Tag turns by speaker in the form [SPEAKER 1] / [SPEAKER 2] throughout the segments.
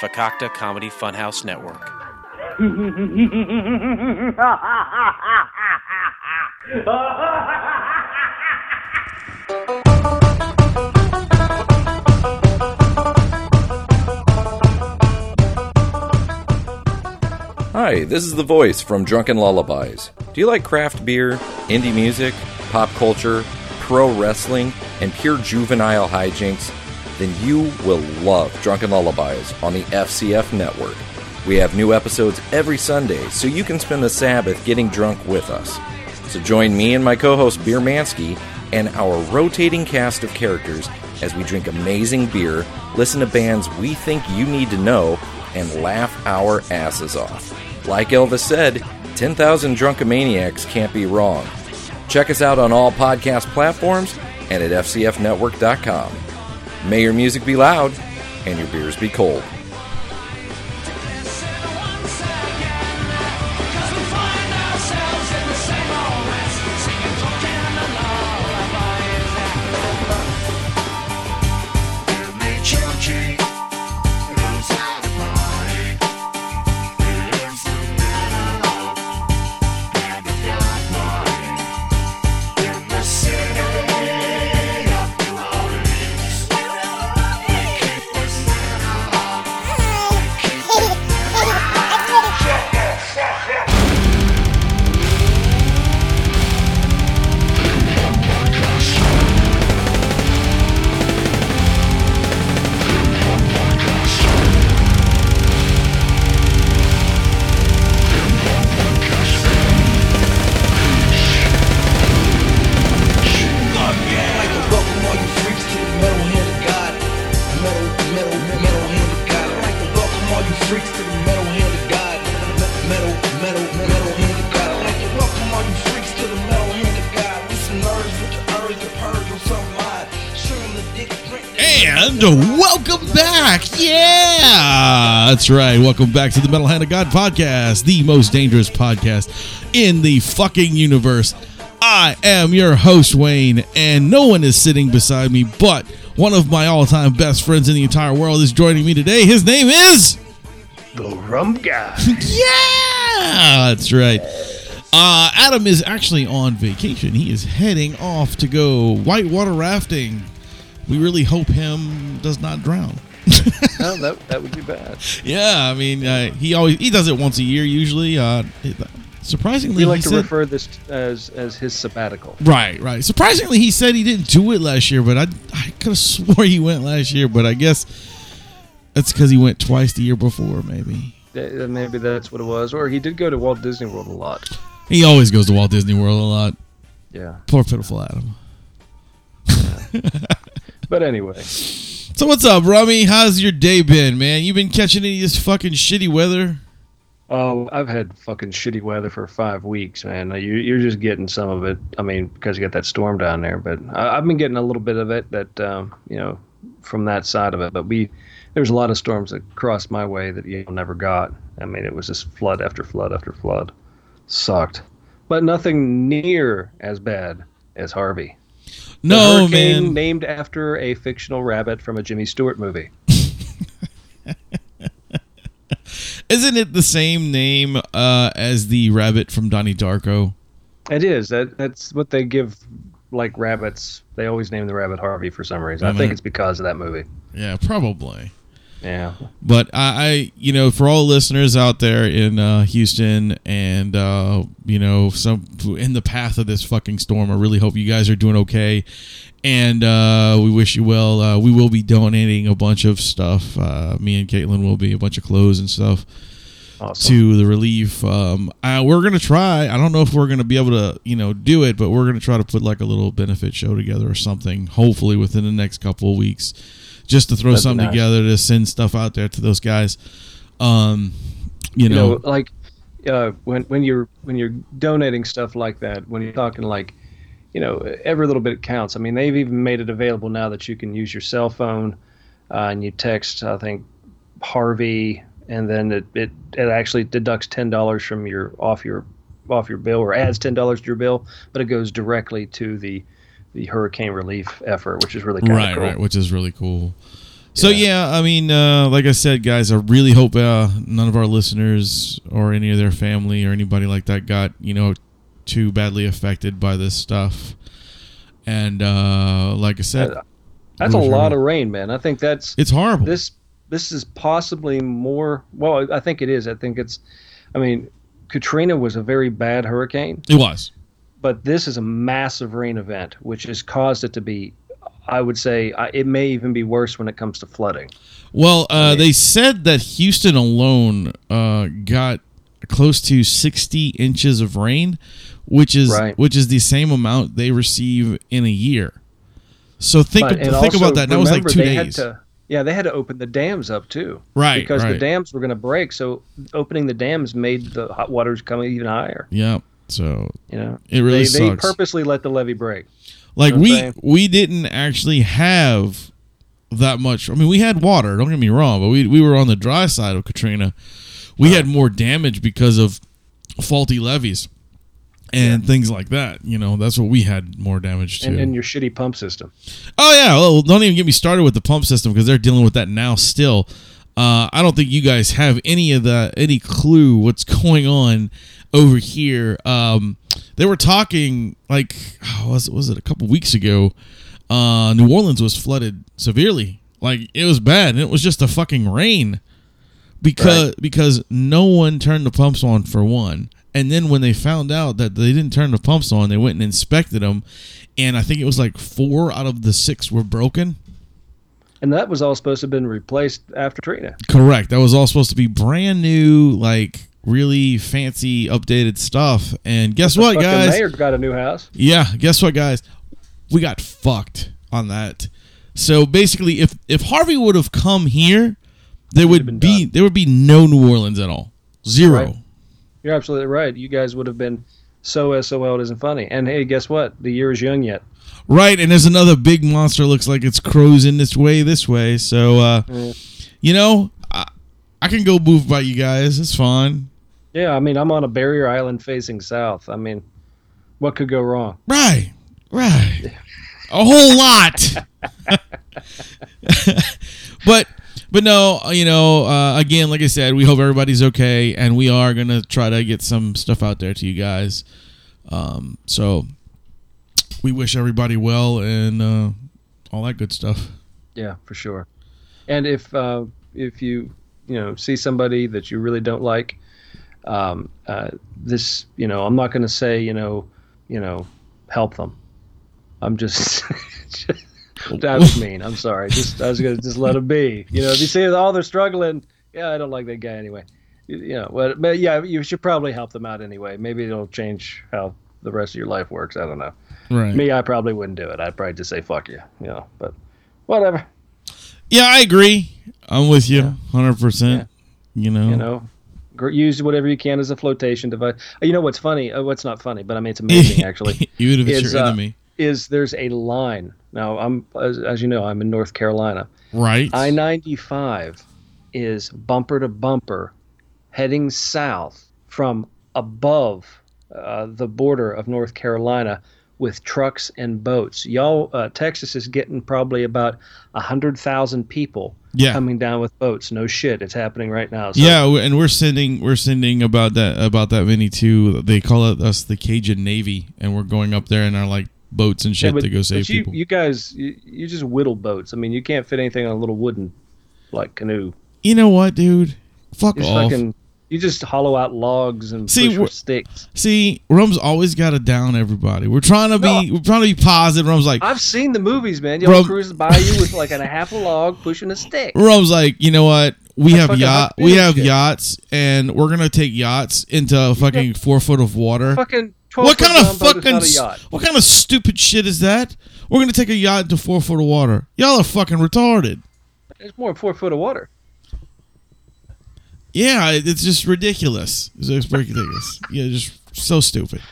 [SPEAKER 1] Fakakta Comedy Funhouse Network.
[SPEAKER 2] Hi, this is the voice from Drunken Lullabies. Do you like craft beer, indie music, pop culture, pro wrestling, and pure juvenile hijinks? Then you will love Drunken Lullabies on the FCF network. We have new episodes every Sunday, so you can spend the Sabbath getting drunk with us. So join me and my co host Beer Mansky and our rotating cast of characters as we drink amazing beer, listen to bands we think you need to know, and laugh our asses off. Like Elvis said, 10,000 Drunkomaniacs can't be wrong. Check us out on all podcast platforms and at FCFnetwork.com. May your music be loud and your beers be cold.
[SPEAKER 3] And welcome back. Yeah. That's right. Welcome back to the Metal Hand of God podcast, the most dangerous podcast in the fucking universe. I am your host, Wayne, and no one is sitting beside me, but one of my all time best friends in the entire world is joining me today. His name is.
[SPEAKER 4] The rum guy.
[SPEAKER 3] Yeah. That's right. Uh, Adam is actually on vacation. He is heading off to go whitewater rafting. We really hope him does not drown.
[SPEAKER 2] No, that, that would be bad.
[SPEAKER 3] Yeah, I mean, uh, he always he does it once a year usually. Uh, it- surprisingly,
[SPEAKER 4] We like
[SPEAKER 3] he
[SPEAKER 4] to
[SPEAKER 3] said-
[SPEAKER 4] refer this as as his sabbatical.
[SPEAKER 3] right, right. Surprisingly, he said he didn't do it last year, but I I could have swore he went last year, but I guess that's because he went twice the year before. Maybe
[SPEAKER 4] Uh, Maybe that's what it was, or he did go to Walt Disney World a lot.
[SPEAKER 3] he always goes to Walt Disney World a lot.
[SPEAKER 4] Yeah,
[SPEAKER 3] Poor pitiful Adam.
[SPEAKER 4] but anyway,
[SPEAKER 3] So what's up, Rummy? How's your day been, man? You been catching any of this fucking shitty weather?
[SPEAKER 4] oh, I've had fucking shitty weather for five weeks, man. Like, You, you're just getting some of it. I mean, because you got that storm down there, but I, I've been getting a little bit of it. That um, you know, from that side of it. But we there's a lot of storms that crossed my way that you never got. I mean, it was just flood after flood after flood. Sucked, but nothing near as bad as Harvey. The
[SPEAKER 3] No,
[SPEAKER 4] hurricane
[SPEAKER 3] man.
[SPEAKER 4] Named after a fictional rabbit from a Jimmy Stewart movie.
[SPEAKER 3] Isn't it the same name uh, as the rabbit from Donnie Darko?
[SPEAKER 4] It is. That that's what they give like rabbits. They always name the rabbit Harvey for some reason. I
[SPEAKER 3] Mhm.
[SPEAKER 4] think it's because of that movie.
[SPEAKER 3] Yeah, probably.
[SPEAKER 4] Yeah.
[SPEAKER 3] But I, I, you know, for all listeners out there in uh, Houston and uh, you know, some in the path of this fucking storm, I really hope you guys are doing okay, and uh, we wish you well. Uh, we will be donating a bunch of stuff. Uh, me and Caitlin will be a bunch of clothes and stuff
[SPEAKER 4] Awesome.
[SPEAKER 3] to the relief. Um, I, we're gonna try. I don't know if we're gonna be able to, you know, do it, but we're gonna try to put like a little benefit show together or something. Hopefully within the next couple of weeks, just to throw
[SPEAKER 4] That'd be
[SPEAKER 3] something
[SPEAKER 4] nice.
[SPEAKER 3] together to send stuff out there to those guys. Um, you,
[SPEAKER 4] you
[SPEAKER 3] know,
[SPEAKER 4] know, like uh, when when you're when you're donating stuff like that, when you're talking like, you know, every little bit counts. I mean, they've even made it available now that you can use your cell phone uh, and you text. I think Harvey, and then it it, it actually deducts ten dollars from your off your off your bill or adds ten dollars to your bill, but it goes directly to the the hurricane relief effort, which is really kind of
[SPEAKER 3] right,
[SPEAKER 4] cool.
[SPEAKER 3] right, which is really cool. So yeah, I mean, uh, like I said, guys, I really hope uh, none of our listeners or any of their family or anybody like that got you know too badly affected by this stuff. And uh, like I said,
[SPEAKER 4] That's a
[SPEAKER 3] Lose your
[SPEAKER 4] lot
[SPEAKER 3] mind.
[SPEAKER 4] of rain, man. I think that's
[SPEAKER 3] it's horrible.
[SPEAKER 4] this this is possibly more well i think it is i think it's i mean katrina was a very bad hurricane
[SPEAKER 3] it was
[SPEAKER 4] but this is a massive rain event which has caused it to be i would say I, it may even be worse when it comes to flooding
[SPEAKER 3] well. Uh, they said that Houston alone uh, got close to sixty inches of rain, which is
[SPEAKER 4] Right.
[SPEAKER 3] which is the same amount they receive in a year. So think
[SPEAKER 4] but
[SPEAKER 3] ab-
[SPEAKER 4] and
[SPEAKER 3] think
[SPEAKER 4] also,
[SPEAKER 3] about that. That was like
[SPEAKER 4] remember,
[SPEAKER 3] two
[SPEAKER 4] they
[SPEAKER 3] days.
[SPEAKER 4] had to, yeah they had to open the dams up too
[SPEAKER 3] Right,
[SPEAKER 4] because
[SPEAKER 3] right.
[SPEAKER 4] the dams were going to break so opening the dams made the hot waters come even higher
[SPEAKER 3] Yeah. So
[SPEAKER 4] you know
[SPEAKER 3] It really
[SPEAKER 4] they, they
[SPEAKER 3] sucks.
[SPEAKER 4] purposely let the levee break
[SPEAKER 3] like
[SPEAKER 4] know what
[SPEAKER 3] we
[SPEAKER 4] I'm saying?
[SPEAKER 3] we didn't actually have that much. I mean, we had water. Don't get me wrong, but we we were on the dry side of Katrina. We had more damage because of faulty levees and things like that. You know, that's what we had more damage to.
[SPEAKER 4] and, and your shitty pump system
[SPEAKER 3] Oh yeah, well, don't even get me started with the pump system because they're dealing with that now still. Uh, I don't think you guys have any of the any clue what's going on over here. Um, they were talking like oh, was was it a couple weeks ago? Uh, New Orleans was flooded severely, like it was bad, and it was just a fucking rain because because no one turned the pumps on for one. And then when they found out that they didn't turn the pumps on, they went and inspected them, and I think it was like four out of the six were broken.
[SPEAKER 4] and that was all supposed to have been replaced after Katrina.
[SPEAKER 3] Correct. That was all supposed to be brand new, like really fancy, updated stuff. And guess what,
[SPEAKER 4] Fucking
[SPEAKER 3] guys?
[SPEAKER 4] mayor got a new house.
[SPEAKER 3] Yeah, guess what, guys? We got fucked on that. So basically, if if Harvey would have come here, there would
[SPEAKER 4] been
[SPEAKER 3] be there would be no New Orleans at all, zero.
[SPEAKER 4] Right. You're absolutely right. You guys would have been so SOL it isn't funny. And hey, guess what? The year is young yet.
[SPEAKER 3] Right, and there's another big monster looks like it's cruising this way, this way. So, uh, you know, I, I can go move by you guys. It's fine.
[SPEAKER 4] Yeah, I mean, I'm on a barrier island facing south. I mean, what could go wrong?
[SPEAKER 3] Right, right. A whole lot. but but no, you know, uh, again, like I said, we hope everybody's okay, and we are gonna try to get some stuff out there to you guys. Um, so we wish everybody well and uh, all that good stuff.
[SPEAKER 4] Yeah, for sure. And if uh, if you you know see somebody that you really don't like, um, uh, this you know I'm not going to say you know you know help them. I'm just. That was mean. I'm sorry. Just I was gonna just let them be. You know, if you see all they're struggling, yeah, I don't like that guy anyway. You, you know, but, but yeah, you should probably help them out anyway. Maybe it'll change how the rest of your life works. I don't know.
[SPEAKER 3] Right.
[SPEAKER 4] Me, I probably wouldn't do it. I'd probably just say fuck you. You know, but whatever.
[SPEAKER 3] Yeah, I agree. I'm with you, hundred percent. You know,
[SPEAKER 4] you know gr- use whatever you can as a flotation device Uh, you know what's funny uh, what's not funny but i mean it's amazing actually
[SPEAKER 3] even if it's
[SPEAKER 4] is,
[SPEAKER 3] your
[SPEAKER 4] uh,
[SPEAKER 3] enemy,
[SPEAKER 4] is there's a line now i'm as, as you know i'm in north carolina
[SPEAKER 3] right?
[SPEAKER 4] i-95 is bumper to bumper heading south from above uh, the border of north carolina with trucks and boats y'all uh, texas is getting probably about 100000 people
[SPEAKER 3] Yeah.
[SPEAKER 4] coming down with boats no shit it's happening right now so
[SPEAKER 3] Yeah, we- and we're sending we're sending about that about that many too. They call it us the Cajun Navy, and we're going up there in our like boats and
[SPEAKER 4] Yeah,
[SPEAKER 3] shit to go save
[SPEAKER 4] you,
[SPEAKER 3] people.
[SPEAKER 4] You guys, you, you just whittle boats. I mean, you can't fit anything on a little wooden, like canoe.
[SPEAKER 3] You know what, dude? Fuck
[SPEAKER 4] You just
[SPEAKER 3] off.
[SPEAKER 4] fucking, you just hollow out logs and
[SPEAKER 3] See,
[SPEAKER 4] push
[SPEAKER 3] we're-
[SPEAKER 4] with sticks.
[SPEAKER 3] See, Rum's always got to down everybody. We're trying to be
[SPEAKER 4] No.
[SPEAKER 3] we're trying to be positive. Rum's like
[SPEAKER 4] I've seen the movies, man. Y'all
[SPEAKER 3] Bro-
[SPEAKER 4] cruise by you with like an, a half a log pushing a stick.
[SPEAKER 3] Rum's like, you know what? We have
[SPEAKER 4] fucking
[SPEAKER 3] yacht,
[SPEAKER 4] like
[SPEAKER 3] we
[SPEAKER 4] big
[SPEAKER 3] have
[SPEAKER 4] shit.
[SPEAKER 3] yachts, and we're gonna take yachts into fucking four foot of water.
[SPEAKER 4] Fucking twelve.
[SPEAKER 3] What kind of
[SPEAKER 4] longboat is
[SPEAKER 3] fucking
[SPEAKER 4] not a
[SPEAKER 3] s-
[SPEAKER 4] yacht?
[SPEAKER 3] what kind of stupid shit is that? We're gonna take a yacht into four foot of water. Y'all are fucking retarded.
[SPEAKER 4] It's more than four foot of water.
[SPEAKER 3] Yeah, it- it's just ridiculous. It's just ridiculous. yeah, just so stupid.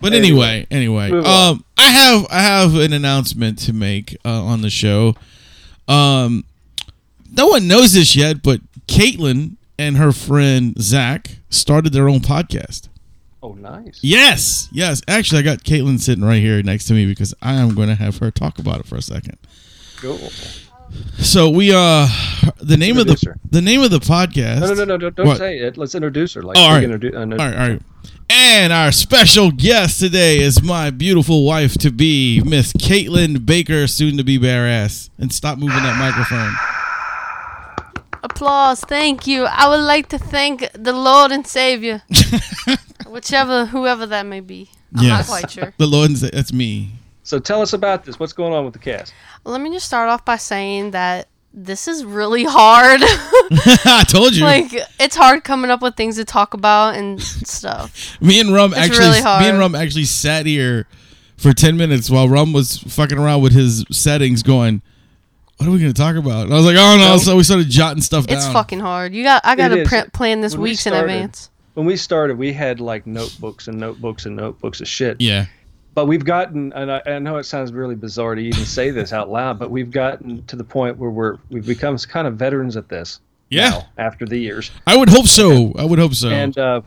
[SPEAKER 3] But anyway, anyway,
[SPEAKER 4] Move on.
[SPEAKER 3] um, I have I have an announcement to make uh, on the show. Um, no one knows this yet, but Caitlin and her friend Zach started their own podcast.
[SPEAKER 4] Oh, nice.
[SPEAKER 3] Yes, yes. Actually, I got Caitlin sitting right here next to me because I am going to have her talk about it for a second.
[SPEAKER 4] Cool.
[SPEAKER 3] So we uh, the name of the
[SPEAKER 4] Introduce her.
[SPEAKER 3] the name of the podcast.
[SPEAKER 4] No, no, no, no. Don't, don't
[SPEAKER 3] What?
[SPEAKER 4] say it. Let's introduce her. Like,
[SPEAKER 3] Oh, all right.
[SPEAKER 4] introduce, uh, no,
[SPEAKER 3] All right, all right. And our special guest today is my beautiful wife to be, Miss Caitlin Baker, soon to be bare ass. And stop moving that microphone.
[SPEAKER 5] Applause. Thank you. I would like to thank the Lord and Savior, whichever, whoever that may be. I'm
[SPEAKER 3] Yes.
[SPEAKER 5] not quite sure.
[SPEAKER 3] The Lord, said- that's me.
[SPEAKER 4] So tell us about this. What's going on with the cast?
[SPEAKER 5] Let me just start off by saying that this is really hard.
[SPEAKER 3] I told you.
[SPEAKER 5] like, it's hard coming up with things to talk about and stuff.
[SPEAKER 3] me and Rum actually,
[SPEAKER 5] really hard.
[SPEAKER 3] me and Rum actually sat here for ten minutes while Rum was fucking around with his settings, going, "What are we going to talk about?" And I was like, "Oh no!"
[SPEAKER 4] No.
[SPEAKER 3] So we started jotting stuff down.
[SPEAKER 5] It's fucking hard. You got. I got to
[SPEAKER 4] is.
[SPEAKER 5] print plan this
[SPEAKER 4] When we
[SPEAKER 5] weeks in
[SPEAKER 4] started-
[SPEAKER 5] advance.
[SPEAKER 4] When we started, we had like notebooks and notebooks and notebooks of shit.
[SPEAKER 3] Yeah.
[SPEAKER 4] But we've gotten, and I, I know it sounds really bizarre to even say this out loud, but we've gotten to the point where we're we've become kind of veterans at this.
[SPEAKER 3] Yeah.
[SPEAKER 4] now, after the years,
[SPEAKER 3] I would hope so. I would hope so.
[SPEAKER 4] and uh,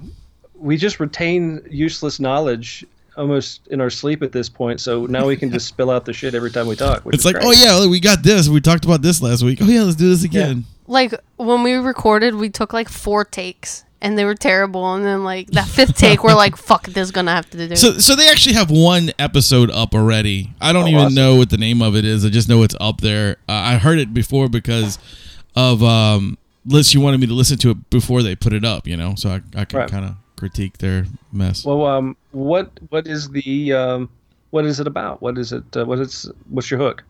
[SPEAKER 4] we just retain useless knowledge almost in our sleep at this point. So now we can just spill out the shit every time we talk. which
[SPEAKER 3] it's
[SPEAKER 4] is
[SPEAKER 3] like,
[SPEAKER 4] great.
[SPEAKER 3] oh yeah, we got this. We talked about this last week. Oh yeah, let's do this again.
[SPEAKER 5] like when we recorded, we took like four takes and they were terrible. And then like that fifth take, we're like, "Fuck, this is gonna have to do." it."
[SPEAKER 3] So, so they actually have one episode up already. I don't even
[SPEAKER 4] Oh, awesome.
[SPEAKER 3] know what the name of it is. I just know it's up there. Uh, I heard it before because of um, Liz. You wanted me to listen to it before they put it up, you know, so I, I can
[SPEAKER 4] Right.
[SPEAKER 3] kind of critique their mess.
[SPEAKER 4] Well, um, what what is the um, what is it about? What is it? Uh, what is what's your hook?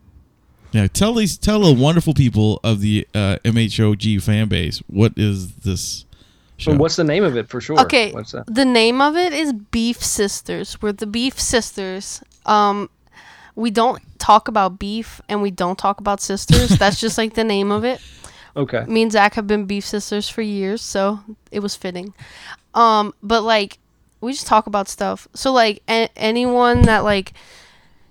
[SPEAKER 3] yeah, tell these tell the wonderful people of the uh, MHOG fan base what is this show?
[SPEAKER 4] And what's the name of it for sure?
[SPEAKER 5] Okay.
[SPEAKER 4] What's that?
[SPEAKER 5] The name of it is Beef Sisters. We're the Beef Sisters. Um, we don't talk about beef and we don't talk about sisters. That's just like the name of it.
[SPEAKER 4] Okay.
[SPEAKER 5] Me and Zach have been beef sisters for years, so it was fitting. Um, but like, we just talk about stuff. So like, a- anyone that like,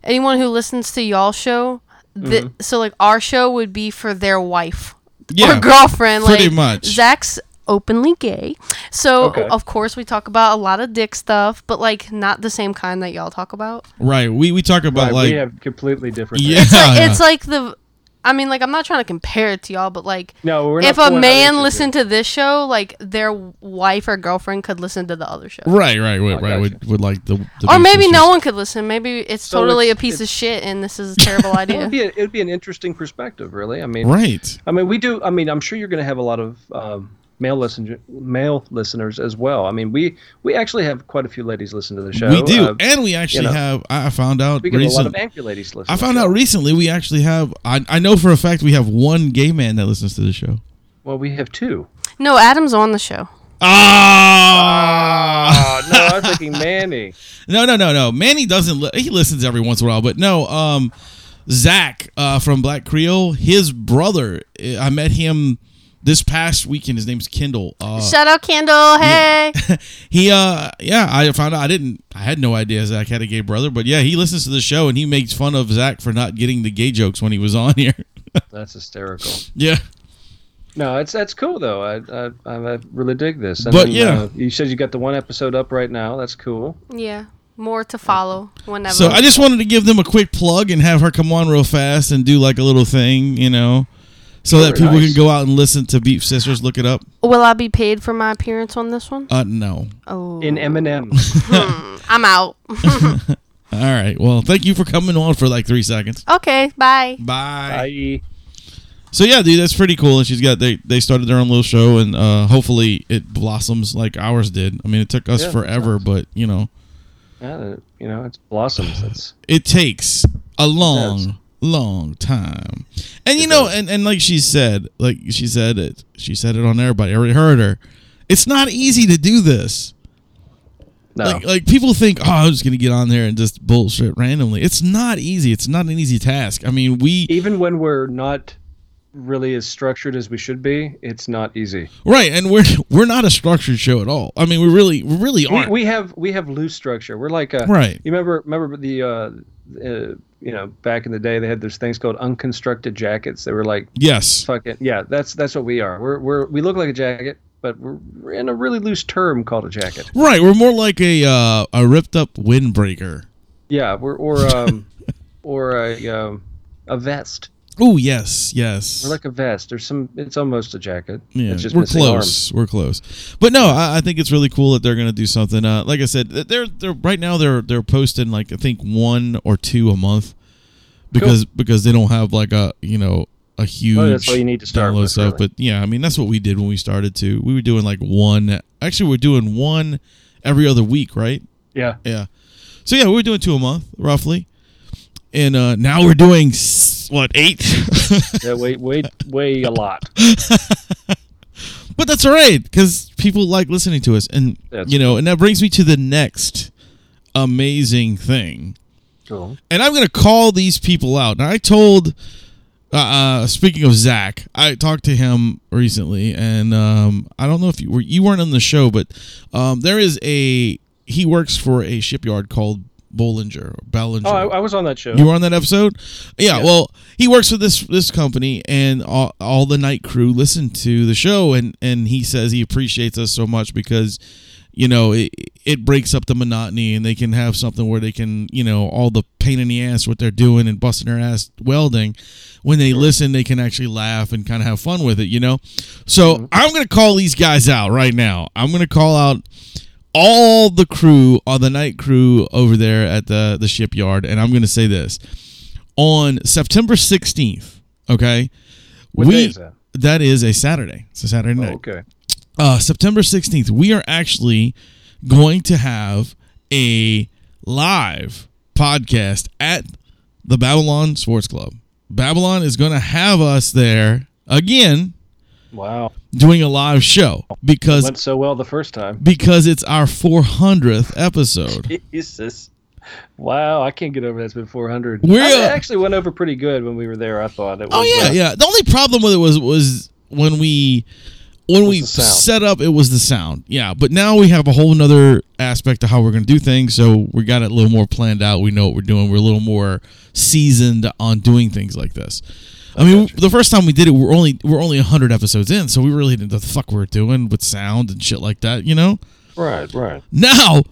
[SPEAKER 5] anyone who listens to y'all show, th-
[SPEAKER 4] Mm-hmm.
[SPEAKER 5] so like our show would be for their wife
[SPEAKER 3] yeah,
[SPEAKER 4] Oh,
[SPEAKER 5] or girlfriend.
[SPEAKER 3] pretty
[SPEAKER 5] like,
[SPEAKER 3] much.
[SPEAKER 5] Zach's openly gay, so
[SPEAKER 4] Okay.
[SPEAKER 5] of course we talk about a lot of dick stuff, but like not the same kind that y'all talk about.
[SPEAKER 3] right? We we talk about
[SPEAKER 4] Right,
[SPEAKER 3] like
[SPEAKER 4] we have completely different.
[SPEAKER 3] yeah,
[SPEAKER 5] It's like the, I mean, like I'm not trying to compare it to y'all, but like
[SPEAKER 4] No, we're not
[SPEAKER 5] if a
[SPEAKER 4] pulling out
[SPEAKER 5] man
[SPEAKER 4] issues
[SPEAKER 5] listened to this show, like their wife or girlfriend could listen to the other show.
[SPEAKER 3] right, right, right, right.
[SPEAKER 4] Oh, gotcha.
[SPEAKER 3] Would would like the, the
[SPEAKER 5] Or
[SPEAKER 3] Beef
[SPEAKER 5] maybe
[SPEAKER 3] Sisters.
[SPEAKER 5] no one could listen. Maybe it's
[SPEAKER 4] So
[SPEAKER 5] totally
[SPEAKER 4] it's-
[SPEAKER 5] a piece of
[SPEAKER 4] it's-
[SPEAKER 5] shit and this is a terrible
[SPEAKER 4] here.
[SPEAKER 5] idea.
[SPEAKER 4] It'd be, a, it'd be an interesting perspective, really. I mean,
[SPEAKER 3] right?
[SPEAKER 4] I mean, we do. I mean, I'm sure you're going to have a lot of um, male listen male listeners as well. I mean, we we actually have quite a few ladies listen to the show.
[SPEAKER 3] We do,
[SPEAKER 4] Uh,
[SPEAKER 3] and we actually
[SPEAKER 4] know.
[SPEAKER 3] have. I I found out
[SPEAKER 4] we get a lot
[SPEAKER 3] recently.
[SPEAKER 4] of angry ladies listening.
[SPEAKER 3] I found out recently we actually have. I, I know for a fact we have one gay man that listens to the show.
[SPEAKER 4] Well, we have two.
[SPEAKER 5] No, Adam's on the show.
[SPEAKER 3] Oh. Ah,
[SPEAKER 4] Oh, no, I was thinking Manny.
[SPEAKER 3] no, no, no, no. Manny doesn't. Li- he listens every once in a while, but no. Um, Zach uh, from Black Creole, his brother. eh, I met him this past weekend. His name's Kendall. Uh,
[SPEAKER 5] Shout out Kendall. Hey.
[SPEAKER 3] he uh yeah i found out i didn't i had no idea zach had a gay brother but yeah he listens to the show and he makes fun of zach for not getting the gay jokes when he was on here
[SPEAKER 4] That's hysterical.
[SPEAKER 3] yeah
[SPEAKER 4] No, it's that's cool though. I I, I I really dig this. And
[SPEAKER 3] But, yeah.
[SPEAKER 4] uh, you said you got the one episode up right now. That's cool.
[SPEAKER 5] yeah. More to follow whenever.
[SPEAKER 3] so i just wanted to give them a quick plug and have her come on real fast and do like a little thing you know so that
[SPEAKER 4] Sure,
[SPEAKER 3] people
[SPEAKER 4] nice.
[SPEAKER 3] can go out and listen to beef sisters look it up
[SPEAKER 5] Will I be paid for my appearance on this one?
[SPEAKER 3] uh no
[SPEAKER 5] Oh.
[SPEAKER 4] In Eminem.
[SPEAKER 5] I'm out.
[SPEAKER 3] all right well thank you for coming on for like three seconds
[SPEAKER 5] Okay, bye.
[SPEAKER 3] bye
[SPEAKER 4] I
[SPEAKER 3] so yeah dude that's pretty cool and she's got they they started their own little show and uh hopefully it blossoms like ours did i mean it took us
[SPEAKER 4] Yeah,
[SPEAKER 3] forever but you know
[SPEAKER 4] yeah, you know, it's blossoms. That's
[SPEAKER 3] it takes a long
[SPEAKER 4] does.
[SPEAKER 3] long time and you know and, and like she said like she said it she said it on everybody I already heard her it's not easy to do this
[SPEAKER 4] no.
[SPEAKER 3] like like people think oh i'm just gonna get on there and just bullshit randomly it's not easy it's not an easy task i mean we
[SPEAKER 4] Even when we're not really as structured as we should be, it's not easy.
[SPEAKER 3] right and we're we're not a structured show at all i mean we really we really
[SPEAKER 4] We,
[SPEAKER 3] aren't
[SPEAKER 4] we have we have loose structure. We're like a,
[SPEAKER 3] Right.
[SPEAKER 4] You remember remember the uh, uh, you know back in the day they had those things called unconstructed jackets. They were like
[SPEAKER 3] yes
[SPEAKER 4] fucking yeah. That's that's what we are. We're we're we look like a jacket. but we're we're in a really loose term called a jacket.
[SPEAKER 3] Right, we're more like a uh, a ripped up windbreaker.
[SPEAKER 4] Yeah, we're or um or a um, a vest.
[SPEAKER 3] Oh yes, yes.
[SPEAKER 4] We're like a vest. There's some. It's almost a jacket.
[SPEAKER 3] Yeah,
[SPEAKER 4] it's just
[SPEAKER 3] we're
[SPEAKER 4] missing
[SPEAKER 3] close. We're close, but no, I, I think it's really cool that they're going to do something. Uh, like I said, th- they're they're right now they're they're posting like I think one or two a month because because they don't have like a you know a huge
[SPEAKER 4] Oh, all you need to start
[SPEAKER 3] download
[SPEAKER 4] with,
[SPEAKER 3] stuff.
[SPEAKER 4] really.
[SPEAKER 3] But yeah, I mean that's what we did when we started to. We were doing like one. Actually, we're doing one every other week, right?
[SPEAKER 4] Yeah.
[SPEAKER 3] Yeah. So yeah, we were doing two a month roughly, and uh now we're doing s- what eight.
[SPEAKER 4] Yeah. Way way way a lot.
[SPEAKER 3] But that's all right because people like listening to us, and
[SPEAKER 4] That's
[SPEAKER 3] you know, and that brings me to the next amazing thing.
[SPEAKER 4] Cool.
[SPEAKER 3] And I'm gonna call these people out. Now, I told, uh, uh, speaking of Zach, I talked to him recently, and um, I don't know if you were you weren't on the show, but um, there is a he works for a shipyard called Bollinger or Ballinger.
[SPEAKER 4] Oh, I, I was on that show.
[SPEAKER 3] You were on that episode. Yeah, Well, he works for this this company, and all, all the night crew listen to the show, and and he says he appreciates us so much because, you know, it it breaks up the monotony, and they can have something where they can, you know, all the pain in the ass what they're doing and busting their ass welding. When they listen, they can actually laugh and kind of have fun with it, you know. So I'm gonna call these guys out right now. I'm gonna call out all the crew, all the night crew over there at the the shipyard, and I'm going to say this on September 16th. Okay,
[SPEAKER 4] What day is that? Oh,
[SPEAKER 3] that is a Saturday. It's a Saturday night.
[SPEAKER 4] okay.
[SPEAKER 3] Uh, September 16th, we are actually going to have a live podcast at the Babylon Sports Club. Babylon is going to have us there again
[SPEAKER 4] Wow.
[SPEAKER 3] doing a live show because
[SPEAKER 4] Went so well the first time.
[SPEAKER 3] because it's our 400th episode.
[SPEAKER 4] Jesus. Wow, I can't get over that. It's been 400.
[SPEAKER 3] We're,
[SPEAKER 4] I
[SPEAKER 3] uh,
[SPEAKER 4] actually went over pretty good when we were there. I thought it was.
[SPEAKER 3] Oh yeah,
[SPEAKER 4] uh,
[SPEAKER 3] yeah. The only problem with it was was when we when we
[SPEAKER 4] the sound.
[SPEAKER 3] set up it was the sound. Yeah, but now we have a whole nother aspect of how we're going to do things, so we got it a little more planned out. We know what we're doing. We're a little more seasoned on doing things like this. I mean, the first time we did it, we're only we're only hundred episodes in, so we really didn't know the fuck we were doing with sound and shit like that, you know.
[SPEAKER 4] Right, right.
[SPEAKER 3] Now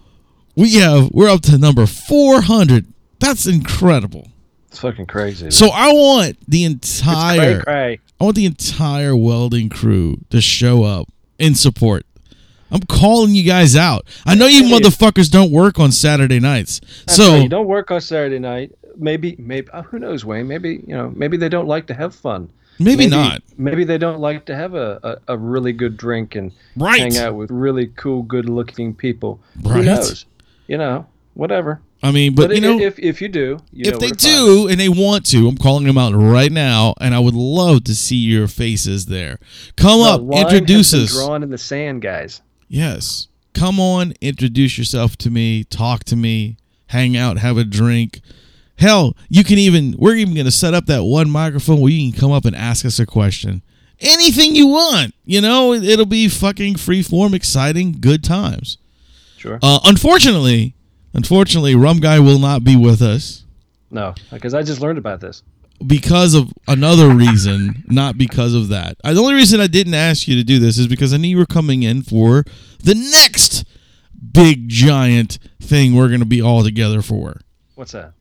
[SPEAKER 3] we have we're up to number four hundred. That's incredible.
[SPEAKER 4] It's fucking crazy.
[SPEAKER 3] So I want the
[SPEAKER 4] It's
[SPEAKER 3] entire
[SPEAKER 4] cray, cray.
[SPEAKER 3] I want the entire welding crew to show up in support. I'm calling you guys out. I know you
[SPEAKER 4] Yeah.
[SPEAKER 3] motherfuckers don't work on Saturday nights.
[SPEAKER 4] Hey,
[SPEAKER 3] so
[SPEAKER 4] you don't work on Saturday night. Maybe, maybe oh, who knows, Wayne? Maybe you know. Maybe they don't like to have fun.
[SPEAKER 3] maybe, not.
[SPEAKER 4] Maybe they don't like to have a, a, a really good drink and
[SPEAKER 3] Right.
[SPEAKER 4] hang out with really cool, good-looking people. Who
[SPEAKER 3] Right.
[SPEAKER 4] knows? You know, whatever.
[SPEAKER 3] I mean, but,
[SPEAKER 4] But,
[SPEAKER 3] you know, if,
[SPEAKER 4] if if you do, you know
[SPEAKER 3] they
[SPEAKER 4] where to find us.
[SPEAKER 3] do and they want to, I'm calling them out right now and I would love to see your faces there. Come
[SPEAKER 4] The
[SPEAKER 3] up,
[SPEAKER 4] line
[SPEAKER 3] introduce
[SPEAKER 4] has been
[SPEAKER 3] us.
[SPEAKER 4] Drawn in the sand, guys.
[SPEAKER 3] Yes. Come on, introduce yourself to me, talk to me, hang out, have a drink. Hell, you can even, we're even going to set up that one microphone where you can come up and ask us a question. Anything you want. You know, it- it'll be fucking free form, exciting, good times.
[SPEAKER 4] Sure.
[SPEAKER 3] Uh, unfortunately, unfortunately, Rum Guy will not be with us
[SPEAKER 4] no, because I just learned about this.
[SPEAKER 3] because of another reason, not because of that. Uh, the only reason I didn't ask you to do this is because I knew you were coming in for the next big giant thing we're going to be all together for.
[SPEAKER 4] What's that?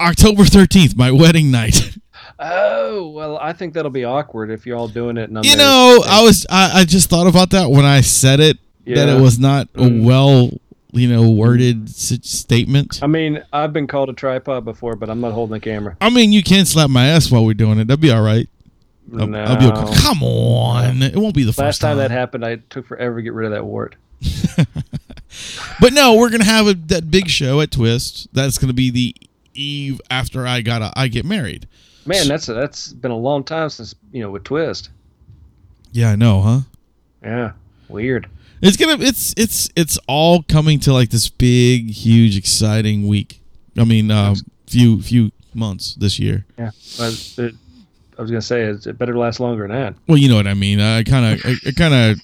[SPEAKER 3] October 13th, my wedding night.
[SPEAKER 4] Oh well, I think that'll be awkward if you're all doing it. And I'm
[SPEAKER 3] you
[SPEAKER 4] there.
[SPEAKER 3] know, I was I, I just thought about that when I said it that
[SPEAKER 4] Yeah. Mm.
[SPEAKER 3] it was not a well, you know, worded s- statement.
[SPEAKER 4] I mean, I've been called a tripod before, but I'm not holding the camera.
[SPEAKER 3] I mean, you can slap my ass while we're doing it. That'd be all right. I'll-
[SPEAKER 4] No.
[SPEAKER 3] I'll be okay. Come on. It won't be the
[SPEAKER 4] Last
[SPEAKER 3] first
[SPEAKER 4] time that happened, I took forever to get rid of that wart.
[SPEAKER 3] But no, we're gonna have a, that big show at Twist. That's gonna be the eve after I got a, I get married.
[SPEAKER 4] Man, that's that's been a long time since you know with Twist.
[SPEAKER 3] Yeah, I know, huh?
[SPEAKER 4] Yeah, weird.
[SPEAKER 3] It's gonna it's it's it's all coming to like this big, huge, exciting week. I mean, um, few few months this year.
[SPEAKER 4] Yeah, I, it, I was gonna say it's- it better last longer than that.
[SPEAKER 3] Well, you know what I mean. I kind of I, I kind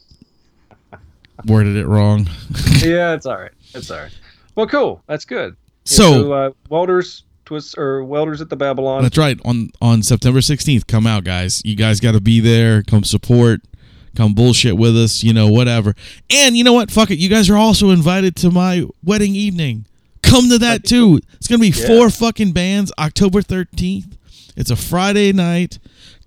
[SPEAKER 3] of worded it wrong.
[SPEAKER 4] yeah, it's all right. It's all right. Well, cool. That's good. Yeah,
[SPEAKER 3] So-
[SPEAKER 4] uh, welders, twists, or welders at the Babylon.
[SPEAKER 3] That's right. On on September 16th, come out, guys. You guys got to be there. Come support. Come bullshit with us, you know, whatever. And you know what? Fuck it. You guys are also invited to my wedding evening. Come to that too. It's gonna be four fucking bands. October thirteenth. It's a Friday night.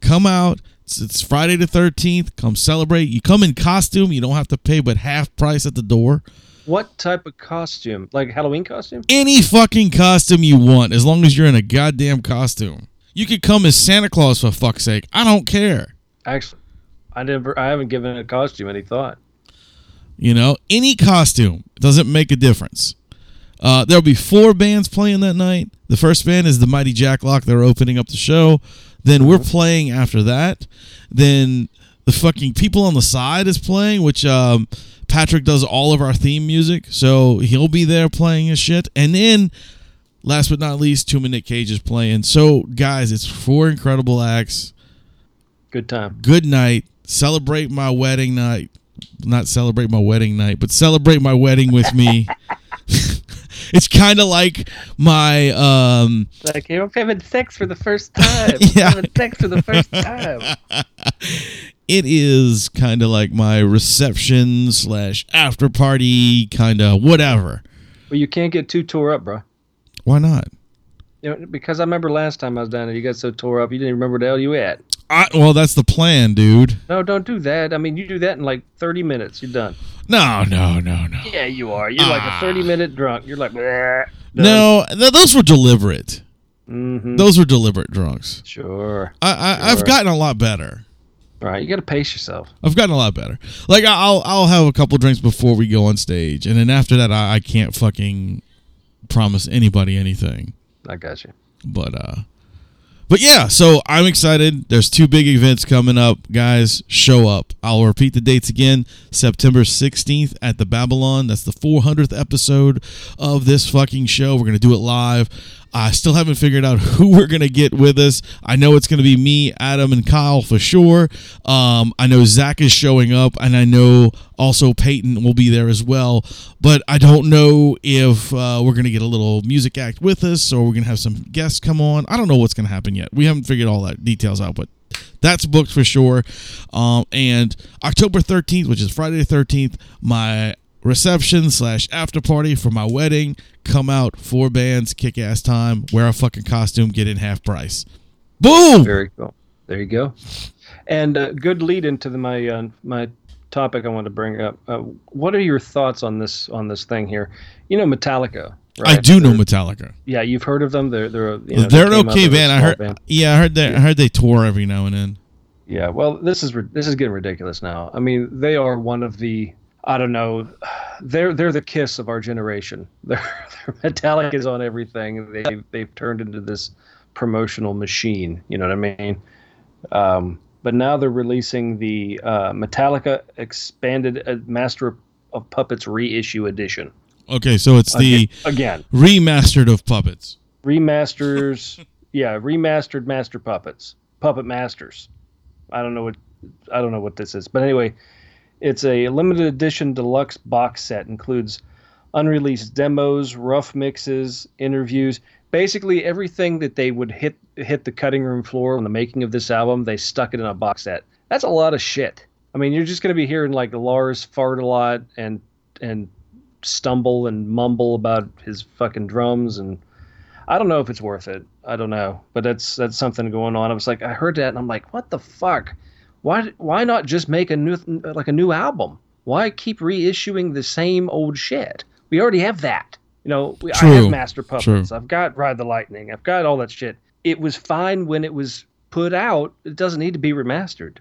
[SPEAKER 3] Come out. It's, it's Friday the thirteenth. Come celebrate. You come in costume. You don't have to pay but half price at the door.
[SPEAKER 4] What type of costume? Like Halloween costume?
[SPEAKER 3] Any fucking costume you want, as long as you're in a goddamn costume. You could come as Santa Claus for fuck's sake. I don't care.
[SPEAKER 4] Actually, I never. I haven't given a costume any thought.
[SPEAKER 3] You know, any costume doesn't make a difference. Uh, there'll be four bands playing that night. The first band is the Mighty Jacklock. They're opening up the show. Then we're playing after that. Then the fucking people on the side is playing, which um, Patrick does all of our theme music, so he'll be there playing his shit. And then, last but not least, Two Minute Cage is playing. So guys, it's four incredible acts
[SPEAKER 4] Good time.
[SPEAKER 3] good night. Celebrate my wedding night. Not celebrate my wedding night, but celebrate my wedding with me. it's kind of like my um
[SPEAKER 4] Like you're having sex for the first time.
[SPEAKER 3] Yeah.
[SPEAKER 4] Having sex for the first time.
[SPEAKER 3] it is kind of like my reception slash after party kind of whatever.
[SPEAKER 4] Well, you can't get too tore up, bro.
[SPEAKER 3] Why not?
[SPEAKER 4] You know, because I remember last time I was down there, you got so tore up, you didn't remember where the hell you at.
[SPEAKER 3] I, well, that's the plan, dude.
[SPEAKER 4] No, don't do that. I mean, you do that in like 30 minutes, you're done.
[SPEAKER 3] No, no, no, no.
[SPEAKER 4] Yeah, you are. You're like a 30 minute drunk. You're like, "Bleh."
[SPEAKER 3] No, th- those were deliberate.
[SPEAKER 4] Mhm.
[SPEAKER 3] Those were deliberate drunks.
[SPEAKER 4] sure.
[SPEAKER 3] I, I, I've gotten a lot better.
[SPEAKER 4] All right, you got to pace yourself.
[SPEAKER 3] I've gotten a lot better. Like I- I'll I'll have a couple drinks before we go on stage, and then after that, I, I can't fucking promise anybody anything.
[SPEAKER 4] I got you.
[SPEAKER 3] But uh, but yeah. So I'm excited. There's two big events coming up, guys. Show up. I'll repeat the dates again. September 16th at the Babylon. That's the 400th episode of this fucking show. We're gonna do it live. I still haven't figured out who we're gonna get with us. I know it's gonna be me, Adam, and Kyle for sure. Um, I know Zach is showing up, and I know also Peyton will be there as well. But I don't know if uh, we're gonna get a little music act with us, or we're gonna have some guests come on. I don't know what's gonna happen yet. We haven't figured all that details out, but that's booked for sure. Um, and October 13th, which is Friday the 13th, my reception slash after party for my wedding. Come out, four bands, kick ass time, wear a fucking costume, get in half price. Boom!
[SPEAKER 4] Very cool. There you go. And uh, good lead into the, my uh, my topic I want to bring up. Uh, what are your thoughts on this on this thing here? You know Metallica. Right?
[SPEAKER 3] I do know
[SPEAKER 4] They're-
[SPEAKER 3] Metallica.
[SPEAKER 4] Yeah, you've heard of them. They're they're you know, they
[SPEAKER 3] They're
[SPEAKER 4] came
[SPEAKER 3] an
[SPEAKER 4] up
[SPEAKER 3] okay
[SPEAKER 4] as a
[SPEAKER 3] band. I
[SPEAKER 4] small
[SPEAKER 3] heard, yeah, I heard they, I heard they tour every now and then.
[SPEAKER 4] Yeah, well, this is ri- this is getting ridiculous now. I mean, they are one of the I don't know, they're they're the kiss of our generation. They're, they're Metallica is on everything. They have they've turned into this promotional machine. You know what I mean? Um, but now they're releasing the uh, Metallica expanded uh, Master of Puppets reissue edition
[SPEAKER 3] Okay, so it's the
[SPEAKER 4] again.
[SPEAKER 3] remastered of Puppets.
[SPEAKER 4] remasters yeah remastered master puppets puppet masters i don't know what i don't know what this is but anyway it's a limited edition deluxe box set includes unreleased demos rough mixes interviews basically everything that they would hit hit the cutting room floor on the making of this album they stuck it in a box set that's a lot of shit i mean you're just going to be hearing like lars fart a lot and and stumble and mumble about his fucking drums and I don't know if it's worth it. I don't know, but that's that's something going on. I was like, I heard that, and I'm like, what the fuck? Why why not just make a new like a new album? Why keep reissuing the same old shit? We already have that. You know, we, I
[SPEAKER 3] True.
[SPEAKER 4] have Master Puppets.
[SPEAKER 3] True.
[SPEAKER 4] I've got Ride the Lightning. I've got all that shit. It was fine when it was put out. It doesn't need to be remastered.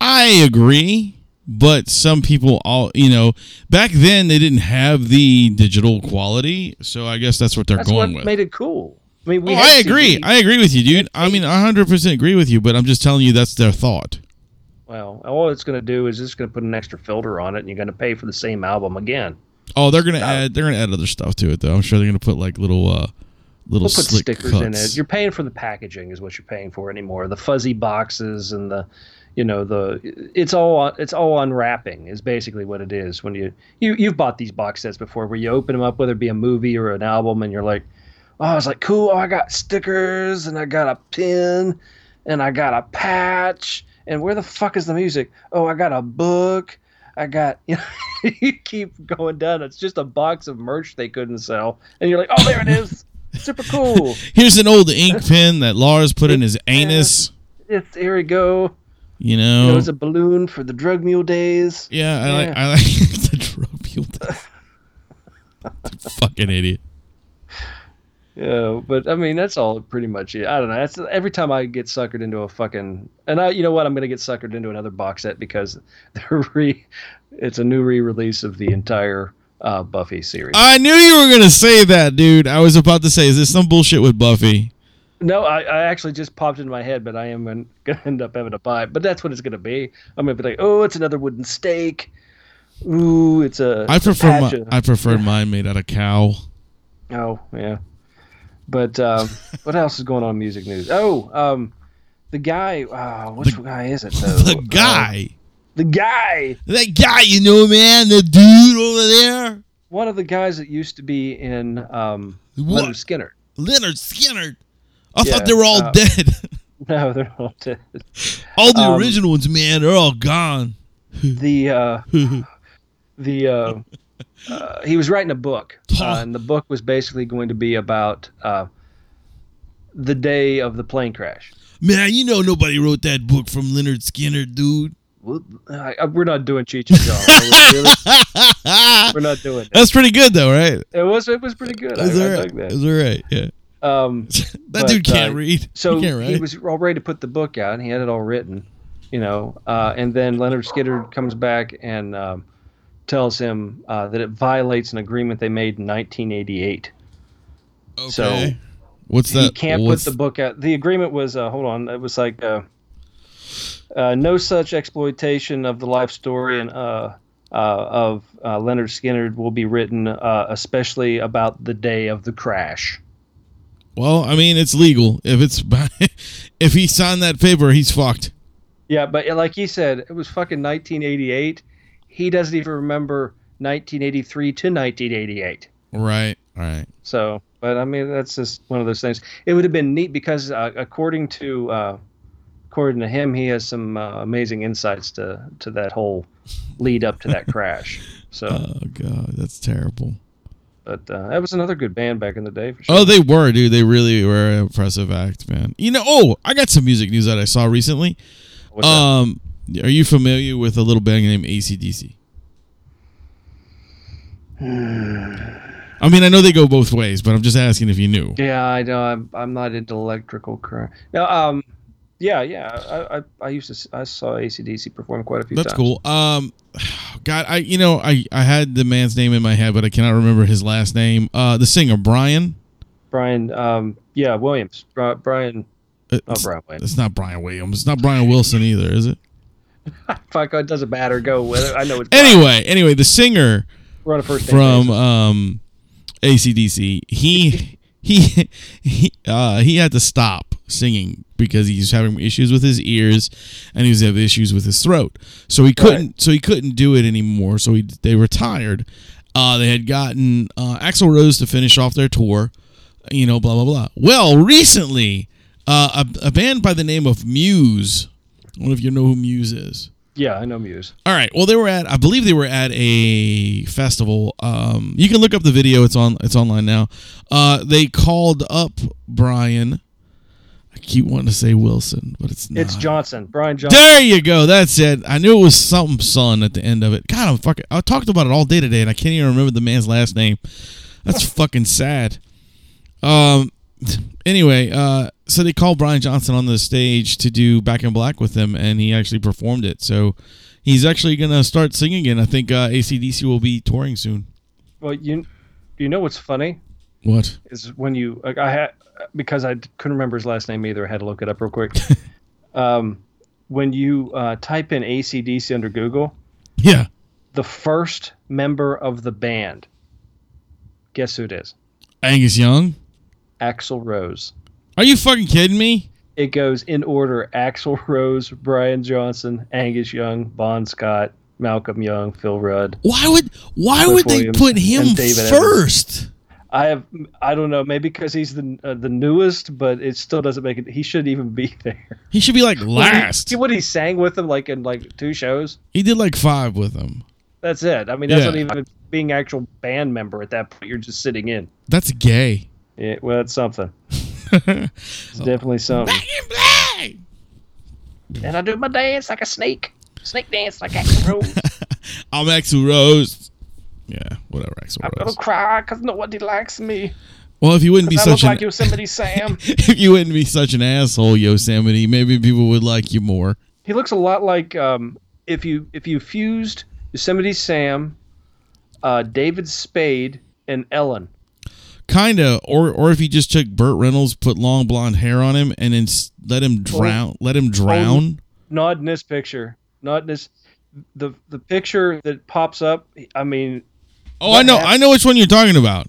[SPEAKER 3] I agree, but some people all you know back then they didn't have the digital quality, so I guess that's what they're
[SPEAKER 4] That's
[SPEAKER 3] going
[SPEAKER 4] what
[SPEAKER 3] with.
[SPEAKER 4] made it cool. I mean, we
[SPEAKER 3] Oh,
[SPEAKER 4] had
[SPEAKER 3] I agree.
[SPEAKER 4] CDs.
[SPEAKER 3] I agree with you, dude. I mean, I hundred percent agree with you, but I'm just telling you that's their thought.
[SPEAKER 4] well, all it's going to do is it's going to put an extra filter on it, and you're going to pay for the same album again.
[SPEAKER 3] Oh, they're gonna add they're gonna add other stuff to it though. I'm sure they're gonna put like little uh little
[SPEAKER 4] We'll put
[SPEAKER 3] slick
[SPEAKER 4] stickers
[SPEAKER 3] cuts.
[SPEAKER 4] in it. You're paying for the packaging, is what you're paying for anymore. The fuzzy boxes and the, you know, the it's all it's all unwrapping is basically what it is. When you you you've bought these box sets before, where you open them up, whether it be a movie or an album, and you're like, oh, I was like, cool. I got stickers and I got a pin and I got a patch and where the fuck is the music? Oh, I got a book. I got you, know, you keep going down. It's just a box of merch they couldn't sell, and you're like, oh, there it is, super cool.
[SPEAKER 3] Here's an old ink pen that Lars put in his anus.
[SPEAKER 4] It's here we go.
[SPEAKER 3] You
[SPEAKER 4] There
[SPEAKER 3] know.
[SPEAKER 4] was a balloon for the drug mule days.
[SPEAKER 3] Yeah, I like
[SPEAKER 4] Yeah.
[SPEAKER 3] I like the drug mule. Fucking idiot.
[SPEAKER 4] Yeah, but I mean that's all pretty much it. I don't know. That's every time I get suckered into a fucking and I you know what I'm gonna get suckered into another box set because they're re it's a new re-release of the entire uh, Buffy series.
[SPEAKER 3] I knew you were gonna say that, dude. I was about to say, is this some bullshit with Buffy?
[SPEAKER 4] no, I, I actually just popped into my head, but I am gonna gonna end up having to buy. it. But that's what it's gonna be. I'm gonna be like, oh, it's another wooden stake. Ooh, it's a.
[SPEAKER 3] I
[SPEAKER 4] it's a
[SPEAKER 3] prefer
[SPEAKER 4] patch
[SPEAKER 3] my,
[SPEAKER 4] of-
[SPEAKER 3] I prefer mine made out of cow.
[SPEAKER 4] Oh yeah, but um, what else is going on in music news? Oh, um, the guy. Uh, which guy is it though?
[SPEAKER 3] The
[SPEAKER 4] Uh,
[SPEAKER 3] guy,
[SPEAKER 4] the guy.
[SPEAKER 3] that guy, you know, man, the dude over there,
[SPEAKER 4] One of the guys that used to be in um,
[SPEAKER 3] What?
[SPEAKER 4] Leonard Skinner.
[SPEAKER 3] Leonard Skinner. I
[SPEAKER 4] Yeah,
[SPEAKER 3] thought they were all
[SPEAKER 4] uh,
[SPEAKER 3] dead.
[SPEAKER 4] No, they're all dead.
[SPEAKER 3] all the
[SPEAKER 4] um,
[SPEAKER 3] original ones, man, they're all gone.
[SPEAKER 4] The uh, the uh, uh, he was writing a book, uh, and the book was basically going to be about uh, the day of the plane crash.
[SPEAKER 3] Man, you know nobody wrote that book from Leonard Skinner, dude.
[SPEAKER 4] Well, I, I- we're not doing Cheech and Chong. Are we really? We're not doing it.
[SPEAKER 3] That's pretty good though, right?
[SPEAKER 4] It was it was pretty good.
[SPEAKER 3] It was
[SPEAKER 4] I, I
[SPEAKER 3] all right.
[SPEAKER 4] like that.
[SPEAKER 3] It was all right. Yeah.
[SPEAKER 4] Um,
[SPEAKER 3] that
[SPEAKER 4] But,
[SPEAKER 3] dude can't
[SPEAKER 4] uh,
[SPEAKER 3] read.
[SPEAKER 4] so
[SPEAKER 3] he can't
[SPEAKER 4] he
[SPEAKER 3] write.
[SPEAKER 4] was all ready to put the book out, and he had it all written, you know. Uh, and then Leonard Skinner comes back and um, tells him uh, that it violates an agreement they made in 1988.
[SPEAKER 3] okay.
[SPEAKER 4] so
[SPEAKER 3] what's that?
[SPEAKER 4] he can't
[SPEAKER 3] what's-
[SPEAKER 4] put the book out. The agreement was, uh, hold on, it was like uh, uh, no such exploitation of the life story and uh, uh, of uh, Leonard Skinner will be written, uh, especially about the day of the crash.
[SPEAKER 3] Well, I mean, it's legal. If it's by, if he signed that paper, he's fucked.
[SPEAKER 4] Yeah, but like he said, it was fucking 1988. He doesn't even remember 1983 to 1988.
[SPEAKER 3] Right. Right.
[SPEAKER 4] So, but I mean, that's just one of those things. It would have been neat because, uh, according to uh, according to him, he has some uh, amazing insights to to that whole lead up to that crash. So,
[SPEAKER 3] Oh god, that's terrible.
[SPEAKER 4] but uh, that was another good band back in the day for sure.
[SPEAKER 3] Oh, they were, dude. They really were an impressive act, man. You know. Oh, I got some music news that I saw recently.
[SPEAKER 4] What's that?
[SPEAKER 3] Um, are you familiar with a little band named ACDC? I mean, I know they go both ways, but I'm just asking if you knew.
[SPEAKER 4] yeah, I know. I'm I'm not into electrical current. No, um, yeah, yeah. I I, I used to s- I saw ACDC perform quite a few
[SPEAKER 3] That's
[SPEAKER 4] times.
[SPEAKER 3] cool. Um, God, I you know I I had the man's name in my head, but I cannot remember his last name. Uh, the singer Brian.
[SPEAKER 4] Brian, um, yeah, Williams. Bri- Brian, not
[SPEAKER 3] It's,
[SPEAKER 4] Oh, Brian Williams.
[SPEAKER 3] Uh, it's not Brian Williams. It's not Brian Wilson either, is it?
[SPEAKER 4] Fuck, it doesn't matter. Go with it. I know it's Brian.
[SPEAKER 3] Anyway, anyway, the singer
[SPEAKER 4] We're on a first name
[SPEAKER 3] from
[SPEAKER 4] basis.
[SPEAKER 3] um, ACDC. He he he uh, he had to stop singing because he was having issues with his ears, and he was having issues with his throat. So he couldn't. So he couldn't do it anymore. So he, they retired. Uh, they had gotten uh, Axl Rose to finish off their tour. You know, blah blah blah. Well, recently, uh, a, a band by the name of Muse. I don't know if you know who Muse is.
[SPEAKER 4] Yeah, I know Muse.
[SPEAKER 3] All right. Well, they were at. I believe they were at a festival. Um, you can look up the video. It's on. It's online now. Uh, they called up Brian. I keep wanting to say Wilson, but it's not.
[SPEAKER 4] It's Johnson, Brian Johnson.
[SPEAKER 3] There you go. That's it. I knew it was something son at the end of it. God, I'm fucking. I talked about it all day today, and I can't even remember the man's last name. That's fucking sad. Um. Anyway, uh, so they called Brian Johnson on the stage to do Back in Black with him, and he actually performed it. So he's actually gonna start singing again. I think uh, ACDC will be touring soon.
[SPEAKER 4] Well, you, you know what's funny
[SPEAKER 3] What?
[SPEAKER 4] is when you like, I had because I couldn't remember his last name either. I had to look it up real quick. um, when you uh, type in ACDC under Google,
[SPEAKER 3] Yeah.
[SPEAKER 4] the first member of the band, guess who it is?
[SPEAKER 3] Angus Young.
[SPEAKER 4] Axl Rose.
[SPEAKER 3] Are you fucking kidding me?
[SPEAKER 4] it goes in order Axel Rose, Brian Johnson, Angus Young, Bon Scott, Malcolm Young, Phil Rudd.
[SPEAKER 3] Why would Why
[SPEAKER 4] Cliff
[SPEAKER 3] would they
[SPEAKER 4] Williams
[SPEAKER 3] put him
[SPEAKER 4] and David Evans.
[SPEAKER 3] first?
[SPEAKER 4] I- I have I don't know maybe because he's the uh, the newest, but it still doesn't make it. He should even be there.
[SPEAKER 3] He should be like last.
[SPEAKER 4] See what he sang with them like in like two shows.
[SPEAKER 3] He did like five with them.
[SPEAKER 4] That's it. I mean, that's
[SPEAKER 3] Yeah.
[SPEAKER 4] not even being actual band member at that point. You're just sitting in.
[SPEAKER 3] That's gay.
[SPEAKER 4] Yeah, well, it's something. it's definitely something. And I do my dance like a snake. Snake dance like a rose.
[SPEAKER 3] I'm Axl Rose. Yeah, whatever, Axl
[SPEAKER 4] I'm
[SPEAKER 3] Rose.
[SPEAKER 4] gonna cry because nobody likes me.
[SPEAKER 3] Well, if you wouldn't be
[SPEAKER 4] I look
[SPEAKER 3] such
[SPEAKER 4] like
[SPEAKER 3] an
[SPEAKER 4] Yosemite Sam.
[SPEAKER 3] if you wouldn't be such an asshole, Yosemite, maybe people would like you more.
[SPEAKER 4] He looks a lot like um, if you if you fused Yosemite Sam, uh, David Spade, and Ellen.
[SPEAKER 3] Kinda, or or if you just took Burt Reynolds, put long blonde hair on him, and then s- let him drown. let him drown.
[SPEAKER 4] Not in this picture. Not in this. The the picture that pops up. I mean,
[SPEAKER 3] Oh, I know, I know which one you're talking about.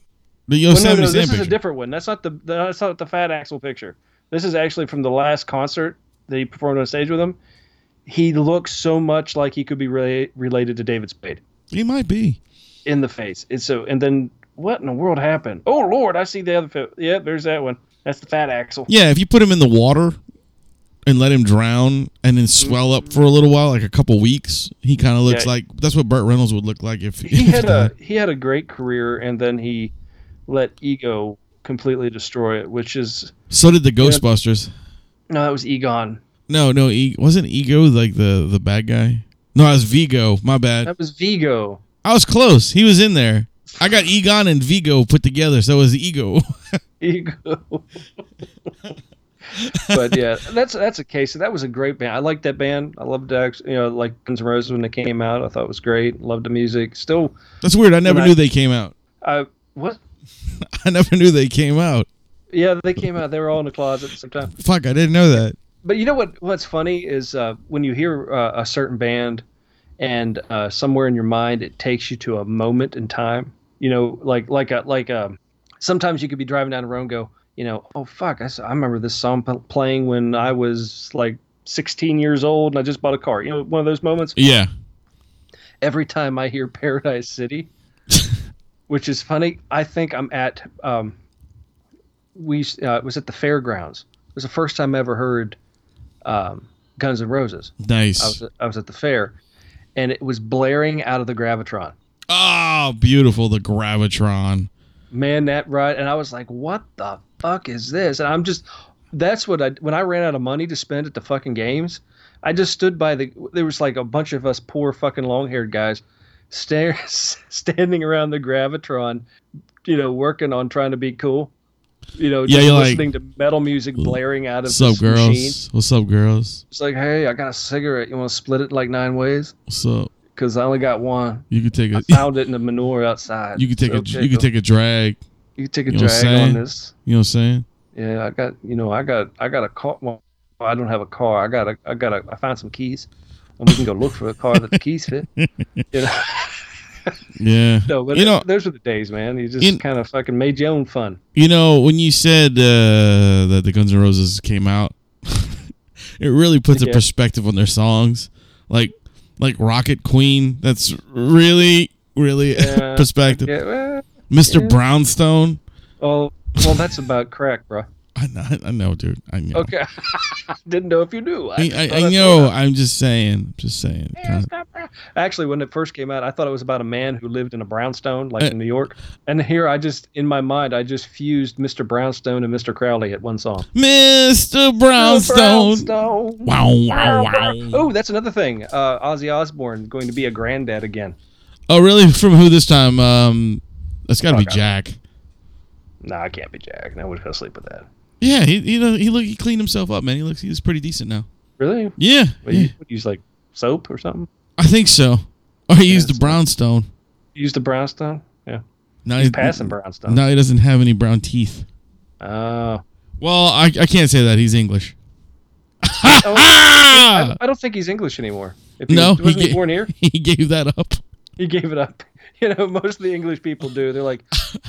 [SPEAKER 3] The
[SPEAKER 4] well, no,
[SPEAKER 3] Yosemite
[SPEAKER 4] no,
[SPEAKER 3] Sam
[SPEAKER 4] this is a
[SPEAKER 3] picture.
[SPEAKER 4] different one. That's not the that's not the Fat Axel picture. This is actually from the last concert that he performed on stage with him. He looks so much like he could be rela- related to David Spade.
[SPEAKER 3] He might be.
[SPEAKER 4] in the face. And so, and then what in the world happened? Oh Lord, I see the other. Fi- yeah, there's that one. That's the fat axle.
[SPEAKER 3] Yeah, if you put him in the water and let him drown and then swell up for a little while, like a couple weeks, he kind of looks
[SPEAKER 4] Yeah.
[SPEAKER 3] like that's what Burt Reynolds would look like if
[SPEAKER 4] He had a he had a great career, and then he let ego completely destroy it, which is
[SPEAKER 3] So did the Ghostbusters.
[SPEAKER 4] no, that was Egon.
[SPEAKER 3] No, no, e- wasn't Ego like the the bad guy? No, it was Vigo. My bad.
[SPEAKER 4] That was Vigo.
[SPEAKER 3] I was close. He was in there. I got Egon and Vigo put together, so it was Ego.
[SPEAKER 4] Ego. but yeah, that's that's a case. That was a great band. I liked that band. I loved Ax- you know like Guns N' Roses when they came out. I thought it was great. Loved the music. Still,
[SPEAKER 3] That's weird. I never
[SPEAKER 4] Right.
[SPEAKER 3] knew they came out.
[SPEAKER 4] I what?
[SPEAKER 3] I never knew they came out.
[SPEAKER 4] Yeah, they came out. They were all in the closet sometime.
[SPEAKER 3] Fuck, I didn't know that.
[SPEAKER 4] But you know what? What's funny is uh, when you hear uh, a certain band, and uh, somewhere in your mind it takes you to a moment in time. You know, like like a like um. Sometimes you could be driving down the road and go, you know, oh fuck, I, s- I remember this song p- playing when I was like 16 years old and I just bought a car. You know, one of those moments.
[SPEAKER 3] Yeah.
[SPEAKER 4] Every time I hear Paradise City, which is funny, I think I'm at um. We uh, it was at the fairgrounds. It was the first time I ever heard um, Guns N' Roses. I
[SPEAKER 3] Nice.
[SPEAKER 4] was, I was at the fair, and it was blaring out of the gravitron.
[SPEAKER 3] Oh, beautiful. The Gravitron.
[SPEAKER 4] Man, that ride, and I was like, "What the fuck is this?" And I'm just, that's what I when I ran out of money to spend at the fucking games, I just stood by the. There was like a bunch of us poor fucking long haired guys, stare, standing around the gravitron, you know, working on trying to be cool. You know,
[SPEAKER 3] Yeah,
[SPEAKER 4] just
[SPEAKER 3] you're like,
[SPEAKER 4] listening to metal music blaring out of
[SPEAKER 3] What's up,
[SPEAKER 4] this
[SPEAKER 3] girls?
[SPEAKER 4] machine.
[SPEAKER 3] What's up, girls?
[SPEAKER 4] It's like, hey, I got a cigarette. You want to split it like nine ways?
[SPEAKER 3] What's up?
[SPEAKER 4] Because I only got one.
[SPEAKER 3] You could take a
[SPEAKER 4] found it in the manure outside.
[SPEAKER 3] you could take a
[SPEAKER 4] So
[SPEAKER 3] you could
[SPEAKER 4] Jacob,
[SPEAKER 3] take a drag.
[SPEAKER 4] you could take a
[SPEAKER 3] you know what I'm
[SPEAKER 4] drag on
[SPEAKER 3] saying?
[SPEAKER 4] this.
[SPEAKER 3] You know what I'm saying?
[SPEAKER 4] Yeah, I got you know I got I got a car. Well, I don't have a car. I got a I got a I found some keys, and we can go look for a car that the keys fit. You know,
[SPEAKER 3] Yeah.
[SPEAKER 4] no, but
[SPEAKER 3] you know,
[SPEAKER 4] those were the days, man. You just
[SPEAKER 3] You-
[SPEAKER 4] kind of fucking made your own fun.
[SPEAKER 3] you know when you said uh, that the Guns N' Roses came out, it really puts a
[SPEAKER 4] Yeah.
[SPEAKER 3] perspective on their songs. Like like Rocket Queen, that's really really
[SPEAKER 4] Yeah,
[SPEAKER 3] perspective.
[SPEAKER 4] Yeah, well,
[SPEAKER 3] Mr. Brownstone.
[SPEAKER 4] oh, well, that's about crack, bro.
[SPEAKER 3] I know, I know dude. I know.
[SPEAKER 4] Okay, didn't know if you knew.
[SPEAKER 3] I,
[SPEAKER 4] just
[SPEAKER 3] I,
[SPEAKER 4] thought
[SPEAKER 3] I
[SPEAKER 4] that's
[SPEAKER 3] know.
[SPEAKER 4] what
[SPEAKER 3] I'm just saying. Just saying. Kinda-
[SPEAKER 4] Actually, when it first came out, I thought it was about a man who lived in a brownstone,
[SPEAKER 3] Uh,
[SPEAKER 4] like in New York. And here, I just in my mind, I just fused Mr. Brownstone and Mr. Crowley at one song.
[SPEAKER 3] Mr. Brownstone.
[SPEAKER 4] Brownstone.
[SPEAKER 3] Wow, wow, wow.
[SPEAKER 4] Oh, that's another thing. Uh, Ozzy Osbourne going to be a granddad again.
[SPEAKER 3] Oh, really? From who this time? Um, it's got to be
[SPEAKER 4] Fuck, I-
[SPEAKER 3] Jack.
[SPEAKER 4] Nah, I can't be Jack. No would fell asleep with that.
[SPEAKER 3] Yeah, he he look- he, look, he cleaned himself up, man. He looks he's pretty decent now.
[SPEAKER 4] Really?
[SPEAKER 3] Yeah,
[SPEAKER 4] What,
[SPEAKER 3] yeah.
[SPEAKER 4] you, what, use like soap or something?
[SPEAKER 3] I think so. Or he used the
[SPEAKER 4] so-
[SPEAKER 3] brownstone.
[SPEAKER 4] You Use the brownstone? Yeah.
[SPEAKER 3] Now he's
[SPEAKER 4] Passing brownstone.
[SPEAKER 3] Now he doesn't have any brown teeth. Uh,
[SPEAKER 4] Oh.
[SPEAKER 3] Well, I, I can't say that he's English.
[SPEAKER 4] Oh, I,
[SPEAKER 3] Ah,
[SPEAKER 4] don't- I don't think he's English anymore. If he
[SPEAKER 3] No,
[SPEAKER 4] was,
[SPEAKER 3] he
[SPEAKER 4] wasn't he
[SPEAKER 3] ga-
[SPEAKER 4] born here?
[SPEAKER 3] he gave that up.
[SPEAKER 4] he gave it up. You know, most of the English people do. They're like,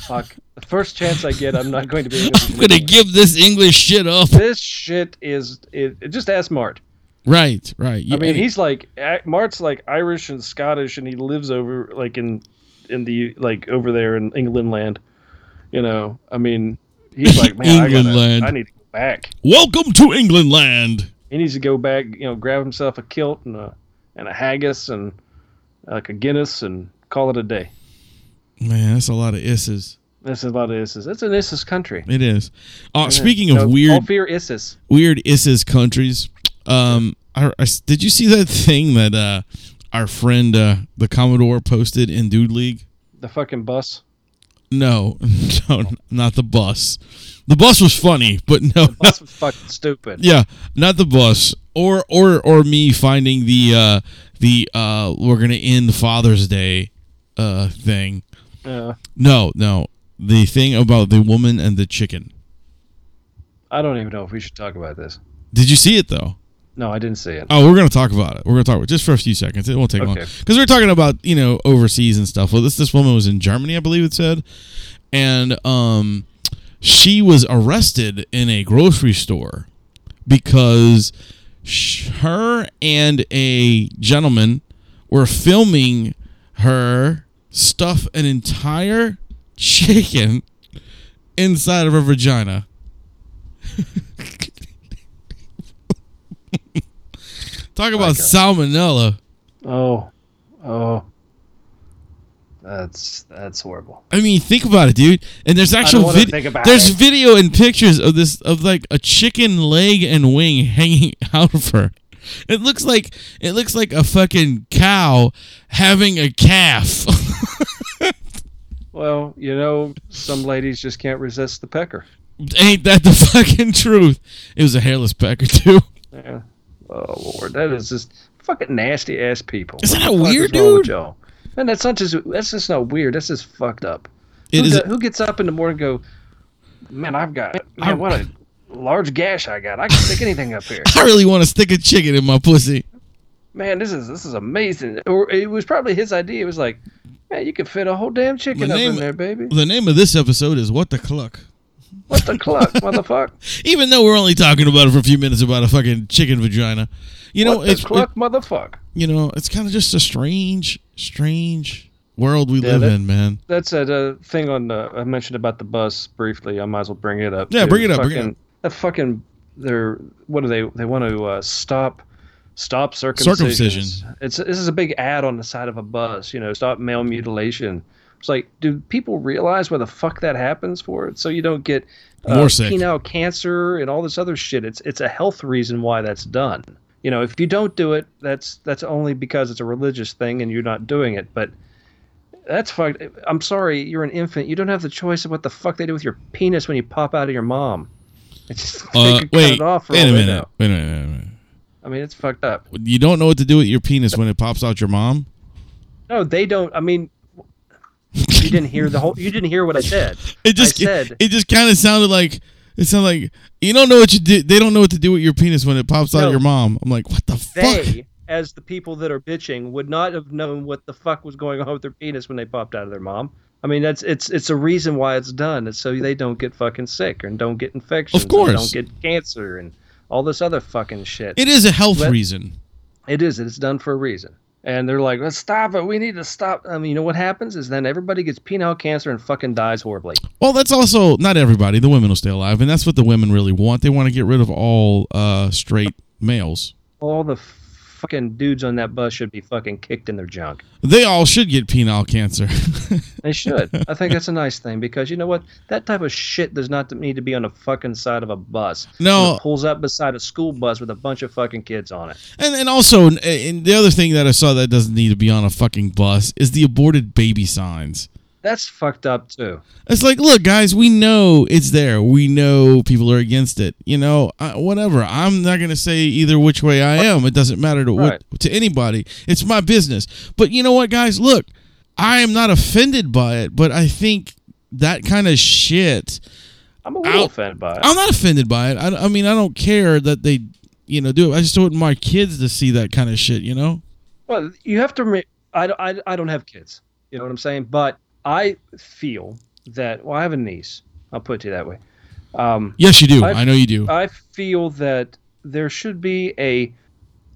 [SPEAKER 4] "Fuck, the first chance I get, I'm not going to be English."
[SPEAKER 3] I'm gonna give this English shit up.
[SPEAKER 4] this shit is it, it- just ask Mart.
[SPEAKER 3] Right, right.
[SPEAKER 4] I mean, he's like a- Mart's like Irish and Scottish, and he lives over like in in the like over there in England land. You know, I mean, he's like, man, I,
[SPEAKER 3] England
[SPEAKER 4] gotta,
[SPEAKER 3] lad.
[SPEAKER 4] I need to go back.
[SPEAKER 3] Welcome to England land.
[SPEAKER 4] He needs to go back. You know, grab himself a kilt and a and a haggis and like a Guinness and call it a day.
[SPEAKER 3] Man, that's a lot of isses.
[SPEAKER 4] That's a lot of ISIS. That's an ISIS country.
[SPEAKER 3] It is. Uh, speaking of
[SPEAKER 4] So,
[SPEAKER 3] weird
[SPEAKER 4] all fear ISIS.
[SPEAKER 3] weird isses countries. Um, I, I- did you see that thing that uh, our friend uh, the Commodore posted in Dude League?
[SPEAKER 4] The fucking bus.
[SPEAKER 3] No, no, not the bus. The bus was funny, but no, no
[SPEAKER 4] That's fucking stupid.
[SPEAKER 3] yeah, not the bus. Or or or me finding the uh, the uh, we're gonna end Father's Day uh, thing.
[SPEAKER 4] Uh,
[SPEAKER 3] No, no, the thing about the woman and the chicken.
[SPEAKER 4] I don't even know if we should talk about this.
[SPEAKER 3] Did you see it though?
[SPEAKER 4] No, I didn't see it.
[SPEAKER 3] Oh, we're gonna talk about it. We're gonna talk about it just for a few seconds. It won't take long
[SPEAKER 4] Okay.
[SPEAKER 3] because we're talking about you know overseas and stuff. Well, this this woman was in Germany, I believe it said, and um, she was arrested in a grocery store because sh- her and a gentleman were filming her stuff an entire chicken inside of her vagina. Talk about salmonella.
[SPEAKER 4] Oh, oh, that's that's horrible.
[SPEAKER 3] I mean, think about it, dude. And there's actual
[SPEAKER 4] wanna
[SPEAKER 3] vid-
[SPEAKER 4] think about
[SPEAKER 3] there's
[SPEAKER 4] it.
[SPEAKER 3] video and pictures of this of like a chicken leg and wing hanging out of her. It looks like it looks like a fucking cow having a calf.
[SPEAKER 4] Well, you know, some ladies just can't resist the pecker.
[SPEAKER 3] Ain't that the fucking truth? It was a hairless pecker too.
[SPEAKER 4] Yeah. Oh Lord, that is just fucking nasty ass people.
[SPEAKER 3] Isn't
[SPEAKER 4] What
[SPEAKER 3] that
[SPEAKER 4] the fuck
[SPEAKER 3] weird,
[SPEAKER 4] is wrong with
[SPEAKER 3] dude?
[SPEAKER 4] y'all? And that's not just that's just not weird. That's just fucked up.
[SPEAKER 3] It
[SPEAKER 4] who,
[SPEAKER 3] is.
[SPEAKER 4] do- who gets up in the morning and go, man, I've got man, what a large gash I got. I can stick anything up here.
[SPEAKER 3] I really want to stick a chicken in my pussy.
[SPEAKER 4] Man, this is this is amazing. Or it was probably his idea. It was like, man, you could fit a whole damn chicken
[SPEAKER 3] The
[SPEAKER 4] up in
[SPEAKER 3] name-
[SPEAKER 4] there, baby.
[SPEAKER 3] The name of this episode is "What the Cluck."
[SPEAKER 4] What the cluck, motherfucker?
[SPEAKER 3] Even though we're only talking about it for a few minutes about a fucking chicken vagina, you know
[SPEAKER 4] What the
[SPEAKER 3] it's
[SPEAKER 4] cluck, motherfucker?
[SPEAKER 3] you know, it's kind of just a strange, strange world we
[SPEAKER 4] Yeah,
[SPEAKER 3] live
[SPEAKER 4] that-
[SPEAKER 3] in, man.
[SPEAKER 4] That's a uh, thing on the I mentioned about the bus briefly. I might as well bring it up.
[SPEAKER 3] Yeah,
[SPEAKER 4] too.
[SPEAKER 3] bring it up, bring it
[SPEAKER 4] Fucking-
[SPEAKER 3] up.
[SPEAKER 4] That fucking they're what do they they want to uh, stop stop circumcision.
[SPEAKER 3] Circumcision.
[SPEAKER 4] It's this is a big ad on the side of a bus. You know, stop male mutilation. It's like, do people realize where the fuck that happens for? So you don't get uh,
[SPEAKER 3] More sick.
[SPEAKER 4] penile cancer and all this other shit. It's it's a health reason why that's done. You know, if you don't do it, that's that's only because it's a religious thing and you're not doing it. But that's fucked. I'm sorry, you're an infant. You don't have the choice of what the fuck they do with your penis when you pop out of your mom. It's just they
[SPEAKER 3] Uh,
[SPEAKER 4] could cut
[SPEAKER 3] wait,
[SPEAKER 4] it off for
[SPEAKER 3] wait a
[SPEAKER 4] all they
[SPEAKER 3] minute,
[SPEAKER 4] know.
[SPEAKER 3] wait a minute, wait a minute.
[SPEAKER 4] I mean, it's fucked up.
[SPEAKER 3] You don't know what to do with your penis when it pops out your mom.
[SPEAKER 4] No, they don't. I mean, you didn't hear the whole. You didn't hear what I said.
[SPEAKER 3] It just,
[SPEAKER 4] I said-
[SPEAKER 3] it just kind of sounded like it sounded like you don't know what you do. They don't know what to do with your penis when it pops out
[SPEAKER 4] No.
[SPEAKER 3] of your mom. I'm like, what the
[SPEAKER 4] They,
[SPEAKER 3] fuck?
[SPEAKER 4] as the people that are bitching, would not have known what the fuck was going on with their penis when they popped out of their mom. I mean, that's it's it's a reason why it's done. It's so they don't get fucking sick and don't get infections. and
[SPEAKER 3] course.
[SPEAKER 4] don't get cancer and all this other fucking shit.
[SPEAKER 3] It is a health
[SPEAKER 4] Let-
[SPEAKER 3] reason.
[SPEAKER 4] It is. It's done for a reason. And they're like, let's stop it. We need to stop. I mean, you know what happens is then everybody gets penile cancer and fucking dies horribly.
[SPEAKER 3] Well, that's also not everybody. The women will stay alive, and that's what the women really want. They want to get rid of all uh, straight males.
[SPEAKER 4] All the fucking dudes on that bus should be fucking kicked in their junk.
[SPEAKER 3] They all should get penile cancer.
[SPEAKER 4] They should. I think that's a nice thing because you know what? That type of shit does not need to be on the fucking side of a bus.
[SPEAKER 3] No.
[SPEAKER 4] When it pulls up beside a school bus with a bunch of fucking kids on it.
[SPEAKER 3] And and also, and- and the other thing that I saw that doesn't need to be on a fucking bus is the aborted baby signs.
[SPEAKER 4] That's fucked up too.
[SPEAKER 3] It's like, look, guys, we know it's there. We know people are against it. You know, I, whatever. I'm not gonna say either which way I am. It doesn't matter to what- to anybody. It's my business. But you know what, guys? Look, I am not offended by it, but I think that kind of shit.
[SPEAKER 4] I'm a little
[SPEAKER 3] Ow.
[SPEAKER 4] offended by it.
[SPEAKER 3] I'm not offended by it. I, I mean, I don't care that they, you know, do it. I just don't want my kids to see that kind of shit. You know.
[SPEAKER 4] Well, you have to. Re- I, don't- I, I don't have kids. You know what I'm saying? But I feel that. Well, I have a niece. I'll put it to you that way.
[SPEAKER 3] Yes, you do.
[SPEAKER 4] I've-
[SPEAKER 3] I know you do.
[SPEAKER 4] I uh, feel that there should be a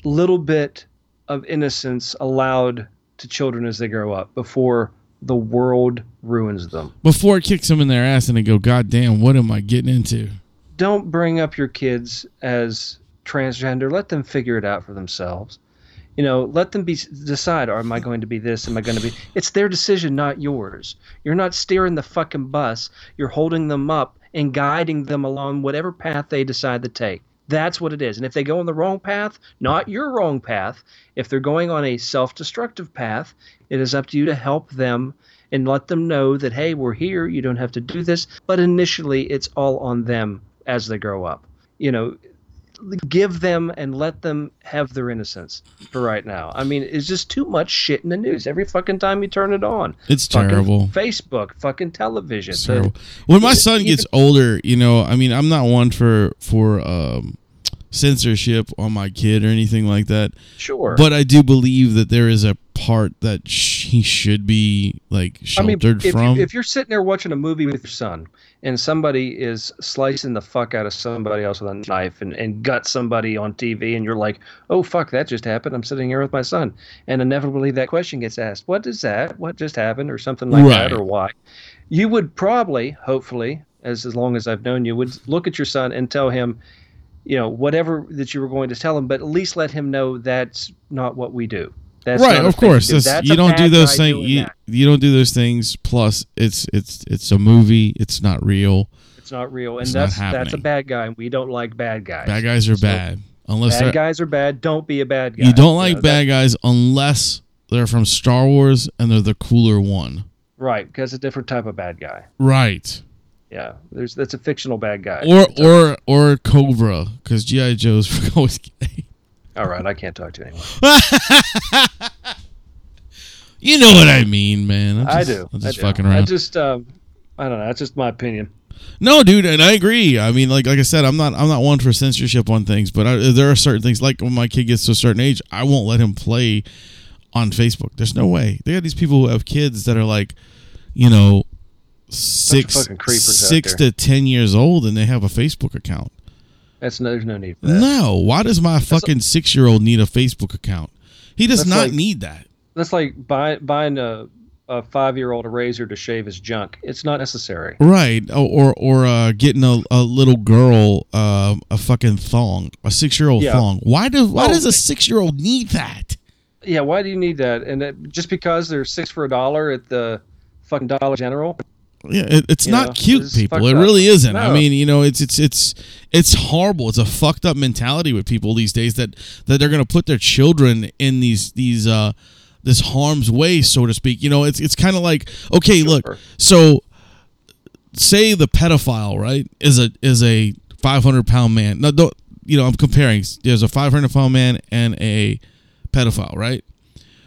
[SPEAKER 4] little bit of innocence allowed to children as they grow up before the world ruins them.
[SPEAKER 3] Before it kicks them in their ass and they go, God damn, what am I getting into?
[SPEAKER 4] Don't bring up your kids as transgender. Let them figure it out for themselves. You know, let them be decide. Or am I going to be this? Am I going to be? It's their decision, not yours. You're not steering the fucking bus. You're holding them up and guiding them along whatever path they decide to take. That's what it is. And if they go on the wrong path, not your wrong path, if they're going on a self destructive path, it is up to you to help them and let them know that, hey, we're here. You don't have to do this. But initially, it's all on them as they grow up. You know, give them and let them have their innocence for right now. I mean, it's just too much shit in the news every fucking time you turn it on.
[SPEAKER 3] It's
[SPEAKER 4] Fucking
[SPEAKER 3] terrible.
[SPEAKER 4] Facebook, fucking television.
[SPEAKER 3] It's terrible. When my son gets older, you know, I mean, I'm not one for for um, censorship on my kid or anything like that.
[SPEAKER 4] Sure.
[SPEAKER 3] But I do believe that there is a part that sh- he should be like sheltered
[SPEAKER 4] if,
[SPEAKER 3] from.
[SPEAKER 4] If you're sitting there watching a movie with your son and somebody is slicing the fuck out of somebody else with a knife and, and gut somebody on TV and you're like, oh, fuck, that just happened. I'm sitting here with my son. And inevitably that question gets asked, what is that? What just happened? Or something like that
[SPEAKER 3] Right.
[SPEAKER 4] or why? You would probably, hopefully, as, as long as I've known you, would look at your son and tell him, you know, whatever that you were going to tell him, but at least let him know that's not what we do. That's
[SPEAKER 3] right
[SPEAKER 4] not a
[SPEAKER 3] of
[SPEAKER 4] thing to
[SPEAKER 3] course
[SPEAKER 4] do.
[SPEAKER 3] that's,
[SPEAKER 4] That's
[SPEAKER 3] you
[SPEAKER 4] a
[SPEAKER 3] don't do
[SPEAKER 4] bad
[SPEAKER 3] those
[SPEAKER 4] guy
[SPEAKER 3] things
[SPEAKER 4] doing
[SPEAKER 3] you,
[SPEAKER 4] that.
[SPEAKER 3] you don't do those things plus it's it's it's a movie it's not real
[SPEAKER 4] It's not real, and
[SPEAKER 3] It's not
[SPEAKER 4] that's that's a
[SPEAKER 3] happening.
[SPEAKER 4] bad guy, and we don't like bad guys.
[SPEAKER 3] bad guys are
[SPEAKER 4] So,
[SPEAKER 3] bad unless
[SPEAKER 4] Bad
[SPEAKER 3] they're
[SPEAKER 4] guys are bad. Don't be a bad guy.
[SPEAKER 3] you don't like
[SPEAKER 4] know, that-
[SPEAKER 3] bad guys unless they're from star wars and they're the cooler one
[SPEAKER 4] right? Because a different type of bad guy.
[SPEAKER 3] right
[SPEAKER 4] Yeah, there's that's a fictional bad guy.
[SPEAKER 3] or or or cobra because gi joe's always gay
[SPEAKER 4] All right, I can't talk to you anymore.
[SPEAKER 3] you know what i mean man I'm
[SPEAKER 4] I
[SPEAKER 3] just-
[SPEAKER 4] do.
[SPEAKER 3] i'm
[SPEAKER 4] I
[SPEAKER 3] just
[SPEAKER 4] do.
[SPEAKER 3] fucking
[SPEAKER 4] I
[SPEAKER 3] around
[SPEAKER 4] just, um, I don't know. That's just my opinion.
[SPEAKER 3] No, dude, and I agree. I mean, like like I said, I'm not I'm not one for censorship on things, but I, there are certain things. Like when my kid gets to a certain age, I won't let him play on Facebook. There's no way. They got these people who have kids that are like, you know, six
[SPEAKER 4] fucking creepers out
[SPEAKER 3] six
[SPEAKER 4] there.
[SPEAKER 3] to ten years old, and they have a Facebook account.
[SPEAKER 4] That's no, there's no need for that.
[SPEAKER 3] No, why does my fucking six year old need a Facebook account? He does
[SPEAKER 4] That's
[SPEAKER 3] not
[SPEAKER 4] like-
[SPEAKER 3] need that.
[SPEAKER 4] That's like buy, buying a, a five year old a razor to shave his junk. It's not necessary.
[SPEAKER 3] Right, or or, or uh, getting a, a little girl um a fucking thong, a six year old
[SPEAKER 4] Yeah.
[SPEAKER 3] thong. Why does why
[SPEAKER 4] Oh.
[SPEAKER 3] does a six year old need that?
[SPEAKER 4] Yeah, why do you need that? And it, just because they're six for a dollar at the fucking Dollar General,
[SPEAKER 3] Yeah, it, it's
[SPEAKER 4] You
[SPEAKER 3] not
[SPEAKER 4] know,
[SPEAKER 3] cute,
[SPEAKER 4] it's
[SPEAKER 3] people.
[SPEAKER 4] fucked
[SPEAKER 3] It
[SPEAKER 4] up.
[SPEAKER 3] really isn't. I
[SPEAKER 4] No.
[SPEAKER 3] mean, you know, it's it's it's it's horrible. It's a fucked up mentality with people these days that that they're gonna put their children in these these uh this harm's way, so to speak. You know, it's it's kind of like okay, look, so say the pedophile right is a is a 500 pound man. No, don't you know? I'm comparing. There's a 500 pound man and a pedophile, right?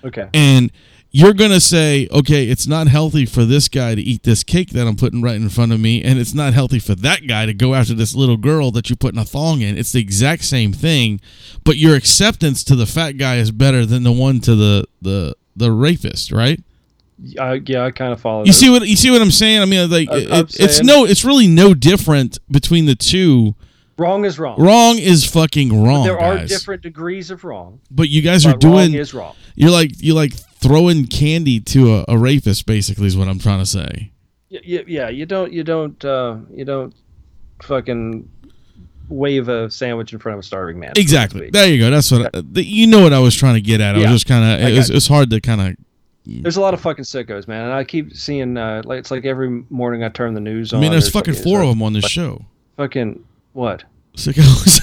[SPEAKER 4] okay,
[SPEAKER 3] and you're gonna say, okay, it's not healthy for this guy to eat this cake that I'm putting right in front of me, and it's not healthy for that guy to go after this little girl that you're putting a thong in. It's the exact same thing, but your acceptance to the fat guy is better than the one to the the the rapist, right?
[SPEAKER 4] I, yeah, I kind of follow.
[SPEAKER 3] You
[SPEAKER 4] that.
[SPEAKER 3] see what you see what I'm saying? I mean, like
[SPEAKER 4] I'm
[SPEAKER 3] it- it- it's
[SPEAKER 4] saying-
[SPEAKER 3] no, it's really no different between the two.
[SPEAKER 4] wrong is wrong.
[SPEAKER 3] Wrong is fucking wrong,
[SPEAKER 4] there are
[SPEAKER 3] guys.
[SPEAKER 4] different degrees of wrong.
[SPEAKER 3] but you guys are
[SPEAKER 4] But wrong
[SPEAKER 3] doing
[SPEAKER 4] is wrong.
[SPEAKER 3] you're like you're like throwing candy to a, a rapist, basically, is what I'm trying to say.
[SPEAKER 4] Y- y- yeah, you don't, you don't, uh, you don't fucking wave a sandwich in front of a starving man. so to
[SPEAKER 3] Exactly.
[SPEAKER 4] speak.
[SPEAKER 3] There you go. That's what I, the, you know. What I was trying to get at. I
[SPEAKER 4] Yeah.
[SPEAKER 3] was just kind of.
[SPEAKER 4] I
[SPEAKER 3] It's
[SPEAKER 4] got
[SPEAKER 3] it's hard to kind of
[SPEAKER 4] There's a lot of fucking sickos, man, and I keep seeing. Uh, like, it's like every morning I turn the news on.
[SPEAKER 3] I mean, there's fucking four oh- of
[SPEAKER 4] there's
[SPEAKER 3] them on this show.
[SPEAKER 4] Fucking what?
[SPEAKER 3] Sickos.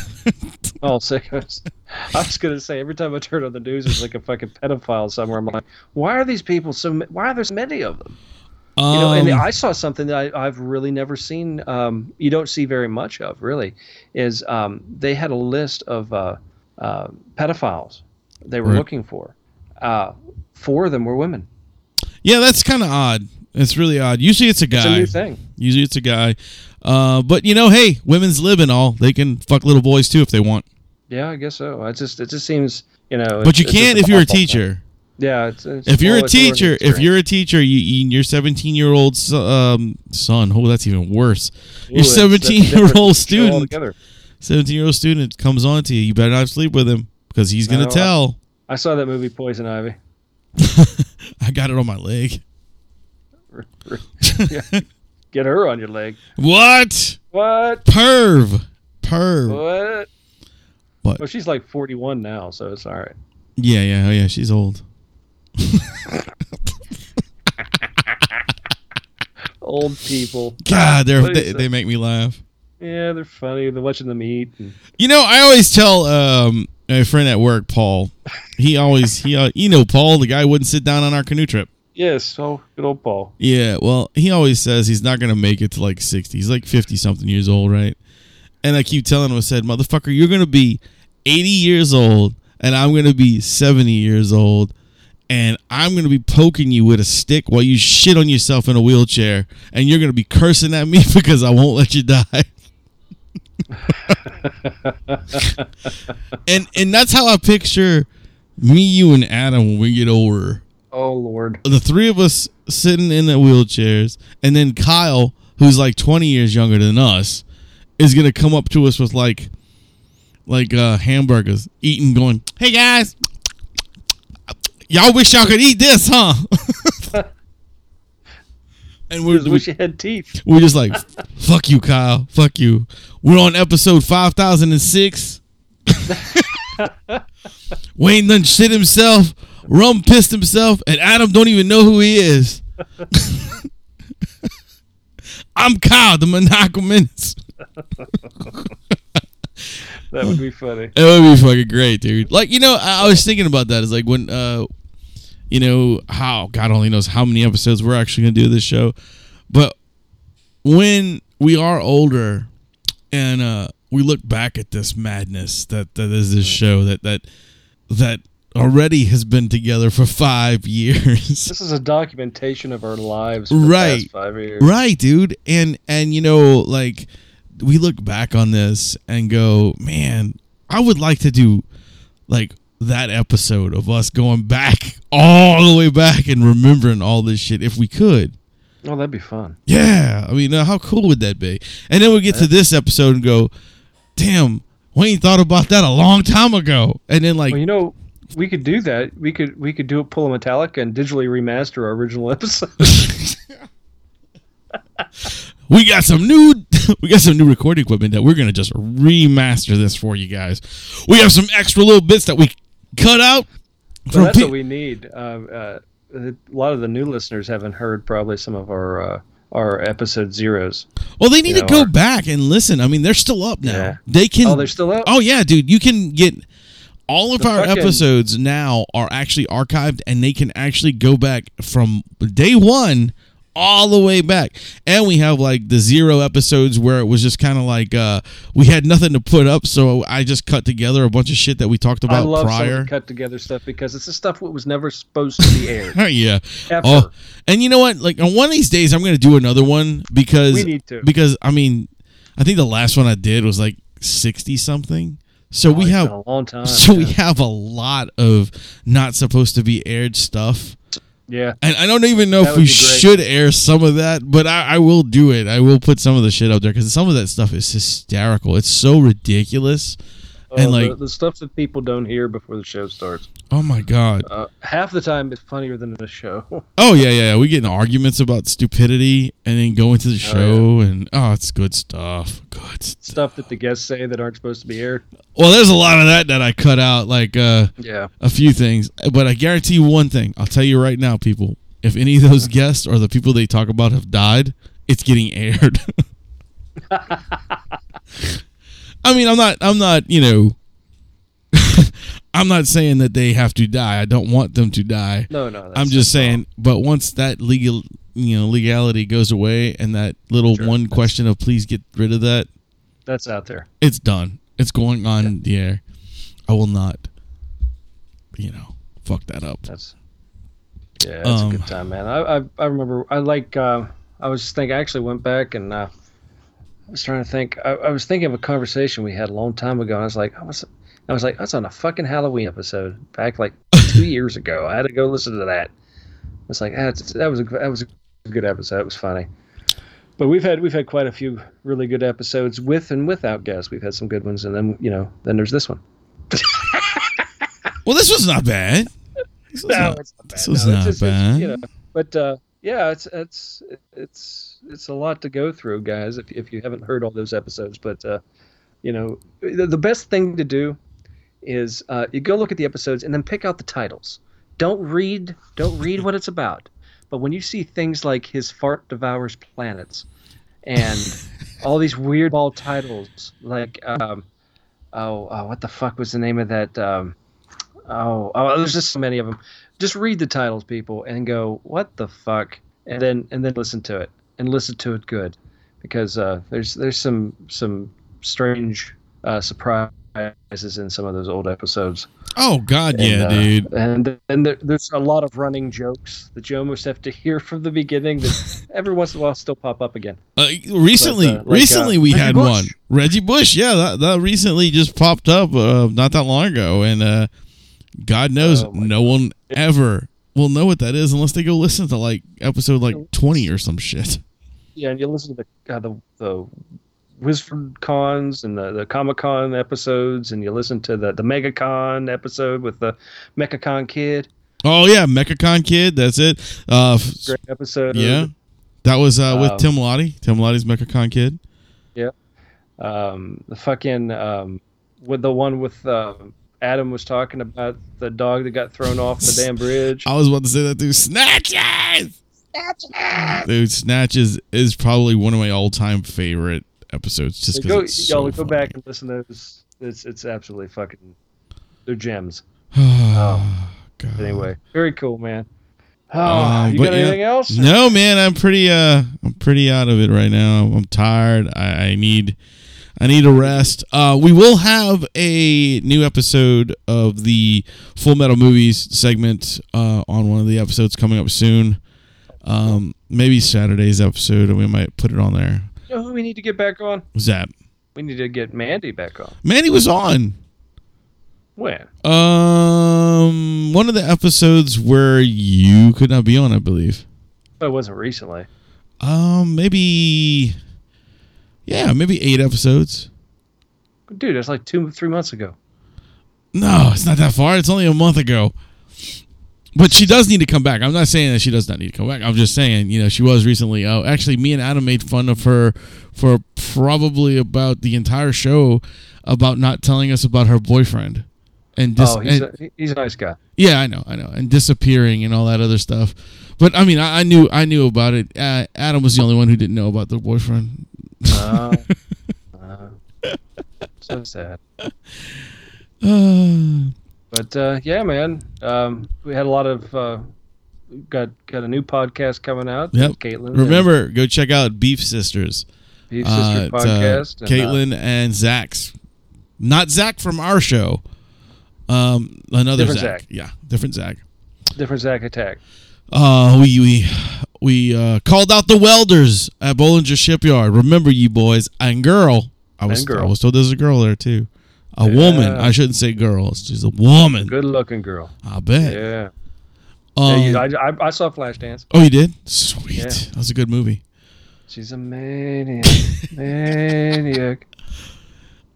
[SPEAKER 4] Oh, sickos. I was gonna say every time I turn on the news, there's like a fucking pedophile somewhere. I'm like, why are these people so? ma- Why are there so many of them? You know, and
[SPEAKER 3] Um,
[SPEAKER 4] I saw something that I, I've really never seen. Um, you don't see very much of, really, is um, they had a list of uh, uh, pedophiles they were
[SPEAKER 3] Right.
[SPEAKER 4] looking for. Uh, four of them were women.
[SPEAKER 3] yeah, that's kind of odd. It's really odd. Usually, it's a
[SPEAKER 4] It's a
[SPEAKER 3] guy.
[SPEAKER 4] new thing.
[SPEAKER 3] Usually, it's a guy. Uh, but you know, hey, women's lib and all. They can fuck little boys too if they want.
[SPEAKER 4] Yeah, I guess so. It just it just seems you know.
[SPEAKER 3] But
[SPEAKER 4] it's-
[SPEAKER 3] you
[SPEAKER 4] it's
[SPEAKER 3] can't
[SPEAKER 4] just
[SPEAKER 3] if you're a
[SPEAKER 4] awful.
[SPEAKER 3] teacher.
[SPEAKER 4] Yeah, it's, it's
[SPEAKER 3] If you're
[SPEAKER 4] well,
[SPEAKER 3] a
[SPEAKER 4] it's learning
[SPEAKER 3] teacher, if
[SPEAKER 4] experience.
[SPEAKER 3] you're a teacher, you you- your 17 year old um, son. Oh, that's even worse.
[SPEAKER 4] Ooh,
[SPEAKER 3] Your
[SPEAKER 4] it's- that's a
[SPEAKER 3] 17 year old
[SPEAKER 4] different show
[SPEAKER 3] student.
[SPEAKER 4] altogether.
[SPEAKER 3] 17 year old student comes on to you, you better not sleep with him because he's going
[SPEAKER 4] No,
[SPEAKER 3] to tell,
[SPEAKER 4] I saw that movie Poison Ivy.
[SPEAKER 3] I got it on my leg.
[SPEAKER 4] Get her on your leg.
[SPEAKER 3] What?
[SPEAKER 4] What?
[SPEAKER 3] Perv. Perv.
[SPEAKER 4] What?
[SPEAKER 3] What?
[SPEAKER 4] Well, she's like 41 now, so it's all right.
[SPEAKER 3] Yeah, yeah, oh yeah, she's old.
[SPEAKER 4] Old people.
[SPEAKER 3] God, they're,
[SPEAKER 4] What is
[SPEAKER 3] they,
[SPEAKER 4] that?
[SPEAKER 3] they make me laugh.
[SPEAKER 4] Yeah, they're funny. They're watching them eat. And,
[SPEAKER 3] You know, I always tell um, a friend at work, Paul. He always he uh, you know Paul, the guy who wouldn't sit down on our canoe trip.
[SPEAKER 4] yes, oh, good old Paul.
[SPEAKER 3] Yeah, well, he always says he's not gonna make it to like sixty. He's like fifty something years old, right? And I keep telling him, I said, "Motherfucker, you're gonna be eighty years old, and I'm gonna be seventy years old, and I'm gonna be poking you with a stick while you shit on yourself in a wheelchair, and you're gonna be cursing at me because I won't let you die." and and that's how I picture me, you, and Adam when we get older
[SPEAKER 4] Oh, Lord.
[SPEAKER 3] the three of us sitting in the wheelchairs, and then Kyle, who's like twenty years younger than us, is gonna come up to us with like, like uh, hamburgers, eating, going, "Hey guys, y'all wish y'all could eat this, huh?" and we're,
[SPEAKER 4] Just wish you had teeth.
[SPEAKER 3] we're just like, "Fuck you, Kyle. Fuck you." We're on episode five thousand and six. Wayne done shit himself. Rum pissed himself, and Adam don't even know who he is. I'm Kyle, the maniacal menace.
[SPEAKER 4] That would be funny.
[SPEAKER 3] It would be fucking great, dude. Like you know, I, I was thinking about that. It's like when, uh, you know, how God only knows how many episodes we're actually gonna do of this show, but when we are older and uh, we look back at this madness that that is this show that that that already has been together for five years.
[SPEAKER 4] This is a documentation of our lives for the
[SPEAKER 3] Right.
[SPEAKER 4] past five years.
[SPEAKER 3] right dude and and you know like we look back on this and go man i would like to do like that episode of us going back all the way back and remembering all this shit if we could
[SPEAKER 4] Oh, that'd be fun.
[SPEAKER 3] yeah i mean uh, how cool would that be and then we get to this episode and go damn wayne thought about that a long time ago and then like
[SPEAKER 4] Well, you know, we could do that. We could we could do a pull a Metallica and digitally remaster our original episode.
[SPEAKER 3] we got some new we got some new recording equipment that we're gonna just remaster this for you guys. We have some extra little bits that we cut out
[SPEAKER 4] Well,
[SPEAKER 3] from
[SPEAKER 4] that's
[SPEAKER 3] pe-
[SPEAKER 4] what we need. Uh, uh, a lot of the new listeners haven't heard probably some of our uh, our episode zeros.
[SPEAKER 3] well they need
[SPEAKER 4] you
[SPEAKER 3] to
[SPEAKER 4] know,
[SPEAKER 3] go
[SPEAKER 4] our-
[SPEAKER 3] back and listen. I mean they're still up now.
[SPEAKER 4] Yeah.
[SPEAKER 3] They can
[SPEAKER 4] Oh, they're still up?
[SPEAKER 3] Oh yeah, dude, you can get all of
[SPEAKER 4] The
[SPEAKER 3] our
[SPEAKER 4] fucking-
[SPEAKER 3] episodes now are actually archived and they can actually go back from day one all the way back. And we have like the zero episodes where it was just kind of like uh, we had nothing to put up, so I just cut together a bunch of shit that we talked
[SPEAKER 4] I
[SPEAKER 3] about
[SPEAKER 4] love
[SPEAKER 3] prior.
[SPEAKER 4] some cut together stuff because it's the stuff that was never supposed to be aired.
[SPEAKER 3] yeah.
[SPEAKER 4] Ever.
[SPEAKER 3] Oh, and you know what? Like on one of these days, I'm gonna do another one because
[SPEAKER 4] We need to.
[SPEAKER 3] because I mean, I think the last one I did was like sixty something. So
[SPEAKER 4] Oh,
[SPEAKER 3] we
[SPEAKER 4] it's
[SPEAKER 3] have
[SPEAKER 4] been a long time.
[SPEAKER 3] so we
[SPEAKER 4] yeah.
[SPEAKER 3] have a lot of not supposed to be aired stuff.
[SPEAKER 4] yeah.
[SPEAKER 3] And I don't even know
[SPEAKER 4] That
[SPEAKER 3] if
[SPEAKER 4] would
[SPEAKER 3] we
[SPEAKER 4] be great.
[SPEAKER 3] should air some of that, but I, I will do it. I will put some of the shit up there because some of that stuff is hysterical. It's so ridiculous.
[SPEAKER 4] Oh,
[SPEAKER 3] and
[SPEAKER 4] the,
[SPEAKER 3] like,
[SPEAKER 4] the stuff that people don't hear before the show starts.
[SPEAKER 3] oh my god.
[SPEAKER 4] Uh, half the time it's funnier than the show.
[SPEAKER 3] Oh yeah, yeah. yeah. We get in arguments about stupidity and then go into the show and oh, it's good stuff. Good. Stuff.
[SPEAKER 4] stuff that the guests say that aren't supposed to be aired.
[SPEAKER 3] Well, there's a lot of that that I cut out. Like, uh,
[SPEAKER 4] Yeah.
[SPEAKER 3] a few things, but I guarantee you one thing. I'll tell you right now, people. If any of those guests or the people they talk about have died, it's getting aired. I mean, I'm not. I'm not. You know, I'm not saying that they have to die. I don't want them to die.
[SPEAKER 4] No, no. that's- uh,
[SPEAKER 3] I'm just saying. But once that legal, you know, legality goes away, and that little one question of please get rid of that,
[SPEAKER 4] that's out there.
[SPEAKER 3] it's done. It's going on the air. I will not, you know, fuck that up.
[SPEAKER 4] That's yeah, that's
[SPEAKER 3] Um,
[SPEAKER 4] a good time, man. I, I I remember I like uh, I was just thinking. I actually went back and uh, I was trying to think. I, I was thinking of a conversation we had a long time ago, and I was like, I was I was like, I was on a fucking Halloween episode back like two years ago. I had to go listen to that. I was like, ah, it's- that was a that was a good episode. It was funny. But we've had we've had quite a few really good episodes with and without guests. We've had some good ones, and then you know then there's this one.
[SPEAKER 3] Well, this was not bad. This was
[SPEAKER 4] no,
[SPEAKER 3] not-
[SPEAKER 4] it's not bad.
[SPEAKER 3] this was
[SPEAKER 4] No,
[SPEAKER 3] not
[SPEAKER 4] it's just- it's,
[SPEAKER 3] bad.
[SPEAKER 4] you know, but uh, yeah, it's it's it's it's a lot to go through, guys. If if you haven't heard all those episodes, but uh, you know, the, the best thing to do is uh, you go look at the episodes and then pick out the titles. Don't read don't read what it's about. But when you see things like his fart devours planets, and all these weird ball titles like um, oh, oh what the fuck was the name of that um, oh oh there's just so many of them just read the titles people and go what the fuck and then and then listen to it and listen to it good because uh, there's there's some some strange uh, surprises in some of those old episodes
[SPEAKER 3] Oh God, yeah,
[SPEAKER 4] uh,
[SPEAKER 3] dude.
[SPEAKER 4] And and there, there's a lot of running jokes that you almost have to hear from the beginning that every once in a while still pop up again.
[SPEAKER 3] Uh, recently,
[SPEAKER 4] But, uh, like,
[SPEAKER 3] recently
[SPEAKER 4] uh,
[SPEAKER 3] we
[SPEAKER 4] Reggie
[SPEAKER 3] had
[SPEAKER 4] Bush.
[SPEAKER 3] one. Reggie Bush, yeah, that, that recently just popped up uh, not that long ago, and uh, God knows
[SPEAKER 4] Oh, my
[SPEAKER 3] no one ever will know what that is unless they go listen to like episode like twenty or some shit.
[SPEAKER 4] Yeah, and you listen to the uh, the the Wizard cons and the, the Comic Con episodes, and you listen to the the MegaCon episode with the MechaCon kid.
[SPEAKER 3] Oh yeah, MechaCon Kid, that's it. Uh, f-
[SPEAKER 4] Great episode.
[SPEAKER 3] yeah, that was uh, with
[SPEAKER 4] Um,
[SPEAKER 3] Tim Lottie. Tim Lottie's MechaCon Kid.
[SPEAKER 4] Um, the fucking um, with the one with uh, Adam was talking about the dog that got thrown off the damn bridge.
[SPEAKER 3] I was about to say that dude snatches. Dude, snatches is probably one of my all-time favorite episodes. Just
[SPEAKER 4] go,
[SPEAKER 3] because it's so
[SPEAKER 4] y'all go
[SPEAKER 3] funny.
[SPEAKER 4] back and listen to those. It's it's absolutely fucking. They're gems.
[SPEAKER 3] oh, God.
[SPEAKER 4] Anyway, very cool, man. Oh,
[SPEAKER 3] Um,
[SPEAKER 4] you
[SPEAKER 3] but
[SPEAKER 4] got
[SPEAKER 3] yeah.
[SPEAKER 4] anything else?
[SPEAKER 3] No, man, I'm pretty uh I'm pretty out of it right now. I'm tired. I, I need I need a rest. Uh we will have a new episode of the Full Metal Movies segment uh on one of the episodes coming up soon. Um maybe Saturday's episode and we might put it on there.
[SPEAKER 4] You know who we need to get back on?
[SPEAKER 3] Was that
[SPEAKER 4] We need to get Mandy back on.
[SPEAKER 3] Mandy was on
[SPEAKER 4] When?
[SPEAKER 3] um one of the episodes where you could not be on, I believe.
[SPEAKER 4] But Oh, it wasn't recently.
[SPEAKER 3] Um maybe yeah, maybe 8 episodes.
[SPEAKER 4] Dude, that's like two, three months ago.
[SPEAKER 3] No, it's not that far. It's only a month ago. But she does need to come back. I'm not saying that she does not need to come back. I'm just saying, you know, she was recently. Oh, actually, me and Adam made fun of her for probably about the entire show about not telling us about her boyfriend and dis-
[SPEAKER 4] oh, he's,
[SPEAKER 3] and-
[SPEAKER 4] a, he's a nice guy.
[SPEAKER 3] yeah, I know, I know, and disappearing and all that other stuff. But I mean, I, I knew, I knew about it. Uh, Adam was the only one who didn't know about the boyfriend.
[SPEAKER 4] Oh, oh. so sad.
[SPEAKER 3] Uh,
[SPEAKER 4] But uh, yeah, man, um, we had a lot of uh, got got a new podcast coming out.
[SPEAKER 3] Yep.
[SPEAKER 4] Caitlin. and
[SPEAKER 3] remember, go check out Beef Sisters.
[SPEAKER 4] Beef
[SPEAKER 3] Uh,
[SPEAKER 4] Sister
[SPEAKER 3] it's, uh,
[SPEAKER 4] podcast. and, uh,
[SPEAKER 3] Caitlin and Zach's, not Zach from our show. Um, another
[SPEAKER 4] Different
[SPEAKER 3] Zach.
[SPEAKER 4] Zach.
[SPEAKER 3] Yeah, different Zach.
[SPEAKER 4] different Zach attack.
[SPEAKER 3] Uh, we we we uh, called out the welders at Bollinger Shipyard. Remember you boys and girl. I was
[SPEAKER 4] And girl.
[SPEAKER 3] I was told there's a girl there too. A woman.
[SPEAKER 4] Yeah.
[SPEAKER 3] I shouldn't say girl. She's a woman.
[SPEAKER 4] Good looking girl.
[SPEAKER 3] I bet.
[SPEAKER 4] Yeah.
[SPEAKER 3] Um,
[SPEAKER 4] Yeah, you- I, I, I saw Flashdance.
[SPEAKER 3] oh, you did? Sweet.
[SPEAKER 4] Yeah.
[SPEAKER 3] That was a good movie.
[SPEAKER 4] She's a maniac. maniac.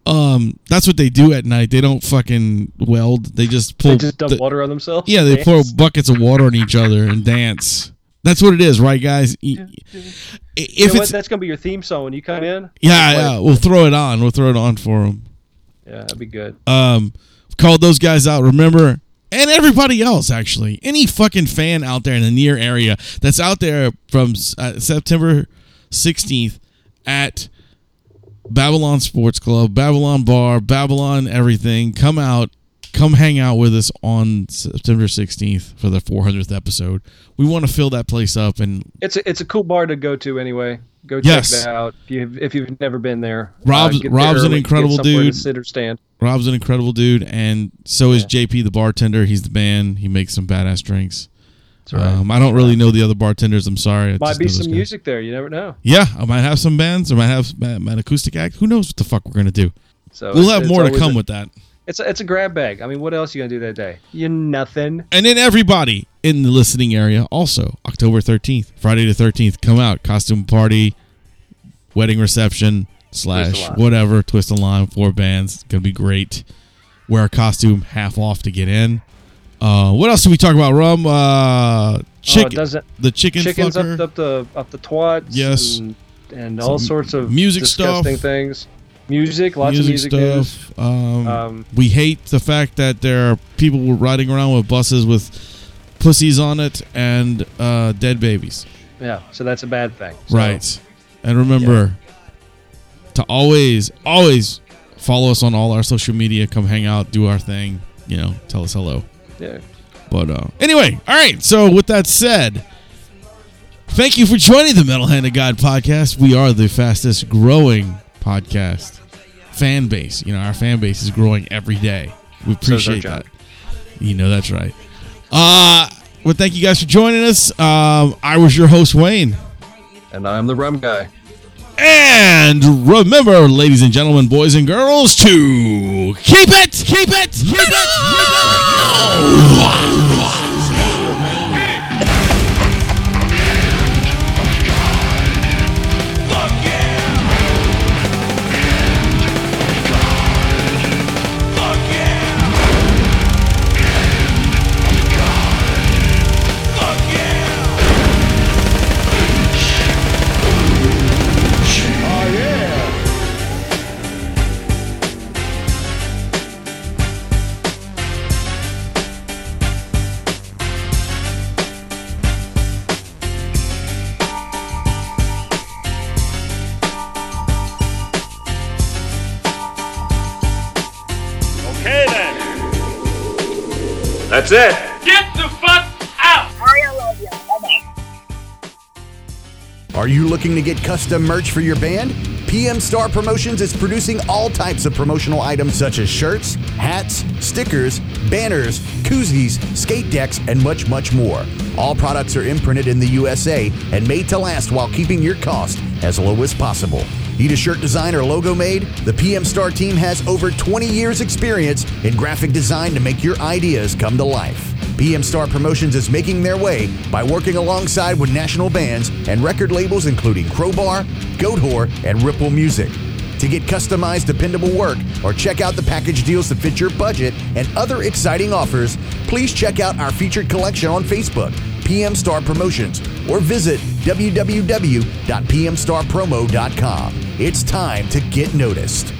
[SPEAKER 3] Um, that's what they do at night. They don't fucking weld. They just pull
[SPEAKER 4] They just dump
[SPEAKER 3] the-
[SPEAKER 4] water on themselves.
[SPEAKER 3] Yeah, they
[SPEAKER 4] Dance.
[SPEAKER 3] pour buckets of water on each other and dance. That's what it is, right, guys? E-
[SPEAKER 4] You
[SPEAKER 3] If
[SPEAKER 4] know what?
[SPEAKER 3] it's
[SPEAKER 4] That's gonna be your theme song when you come in.
[SPEAKER 3] yeah, yeah, we'll throw it on. We'll throw it on for them.
[SPEAKER 4] Yeah, that'd be good.
[SPEAKER 3] Um, called those guys out. Remember, and everybody else actually, any fucking fan out there in the near area that's out there from uh, September sixteenth at Babylon Sports Club, Babylon Bar, Babylon everything. Come out, come hang out with us on September 16th for the 400th episode. We want to fill that place up and
[SPEAKER 4] It's a, it's a cool bar to go to anyway. Go check
[SPEAKER 3] Yes.
[SPEAKER 4] that out if you've, if you've never been there. Uh,
[SPEAKER 3] Rob's-
[SPEAKER 4] get
[SPEAKER 3] Rob's an
[SPEAKER 4] early,
[SPEAKER 3] incredible
[SPEAKER 4] get somewhere
[SPEAKER 3] dude.
[SPEAKER 4] To sit or stand.
[SPEAKER 3] Rob's an incredible dude and so is JP the bartender. He's the man. He makes some badass drinks.
[SPEAKER 4] That's right.
[SPEAKER 3] Um, I don't really know the other bartenders. I'm sorry. I
[SPEAKER 4] Might
[SPEAKER 3] just
[SPEAKER 4] be
[SPEAKER 3] know those
[SPEAKER 4] some
[SPEAKER 3] guys.
[SPEAKER 4] music there. You never know.
[SPEAKER 3] Yeah, I might have some bands. I might have might- might an acoustic act. Who knows what the fuck we're gonna do?
[SPEAKER 4] So
[SPEAKER 3] We'll
[SPEAKER 4] Oh, it's-
[SPEAKER 3] have
[SPEAKER 4] it's
[SPEAKER 3] more to
[SPEAKER 4] always
[SPEAKER 3] come
[SPEAKER 4] a-
[SPEAKER 3] with that.
[SPEAKER 4] It's a, it's a grab bag. I mean, what else you gonna do that day? You nothing. Uh,
[SPEAKER 3] And then everybody in the listening area also October thirteenth, Friday the thirteenth, come out costume party, wedding reception
[SPEAKER 4] Twist
[SPEAKER 3] slash
[SPEAKER 4] a line.
[SPEAKER 3] whatever. Twist a line, four bands. It's gonna be great. Wear a costume, half off to get in. Uh, what else did we talk about? Rum, uh,
[SPEAKER 4] Oh, it
[SPEAKER 3] chicken,
[SPEAKER 4] doesn't.
[SPEAKER 3] the chicken
[SPEAKER 4] Chickens
[SPEAKER 3] fucker.
[SPEAKER 4] up, up the up the twats.
[SPEAKER 3] Yes.
[SPEAKER 4] And, and all sorts of
[SPEAKER 3] music
[SPEAKER 4] disgusting
[SPEAKER 3] stuff.
[SPEAKER 4] things. Music, lots
[SPEAKER 3] music
[SPEAKER 4] of music
[SPEAKER 3] stuff. Um,
[SPEAKER 4] news. Um,
[SPEAKER 3] we hate the fact that there are people riding around with buses with pussies on it and uh, dead babies.
[SPEAKER 4] yeah, so that's a bad thing. So,
[SPEAKER 3] Right. And remember to always, always follow us on all our social media. Come hang out, do our thing, you know, tell us hello.
[SPEAKER 4] Yeah.
[SPEAKER 3] But uh, anyway, all right. So with that said, thank you for joining the Metal Hand of God podcast. We are the fastest growing podcast fan base. You know, our fan base is growing every day. We
[SPEAKER 4] does our
[SPEAKER 3] appreciate
[SPEAKER 4] job.
[SPEAKER 3] that. You know that's right. Uh well, thank you guys for joining us. Um, I was your host Wayne.
[SPEAKER 4] And I'm the rum guy.
[SPEAKER 3] And remember, ladies and gentlemen, boys and girls, to keep it, keep it, keep it.
[SPEAKER 6] Okay then.
[SPEAKER 7] That's it.
[SPEAKER 6] Get the fuck out!
[SPEAKER 8] Are you looking to get custom merch for your band? PM Star Promotions is producing all types of promotional items such as shirts, hats, stickers, banners, koozies, skate decks, and much, much more. All products are imprinted in the USA and made to last while keeping your cost as low as possible. Need a shirt design or logo made? The PM Star team has over 20 years' experience in graphic design to make your ideas come to life. PM Star Promotions is making their way by working alongside with national bands and record labels including Crowbar, Goat Whore, and Ripple Music. To get customized, dependable work or check out the package deals that fit your budget and other exciting offers, please check out our featured collection on Facebook, PM Star Promotions, or visit www.pmstarpromo.com. It's time to get noticed.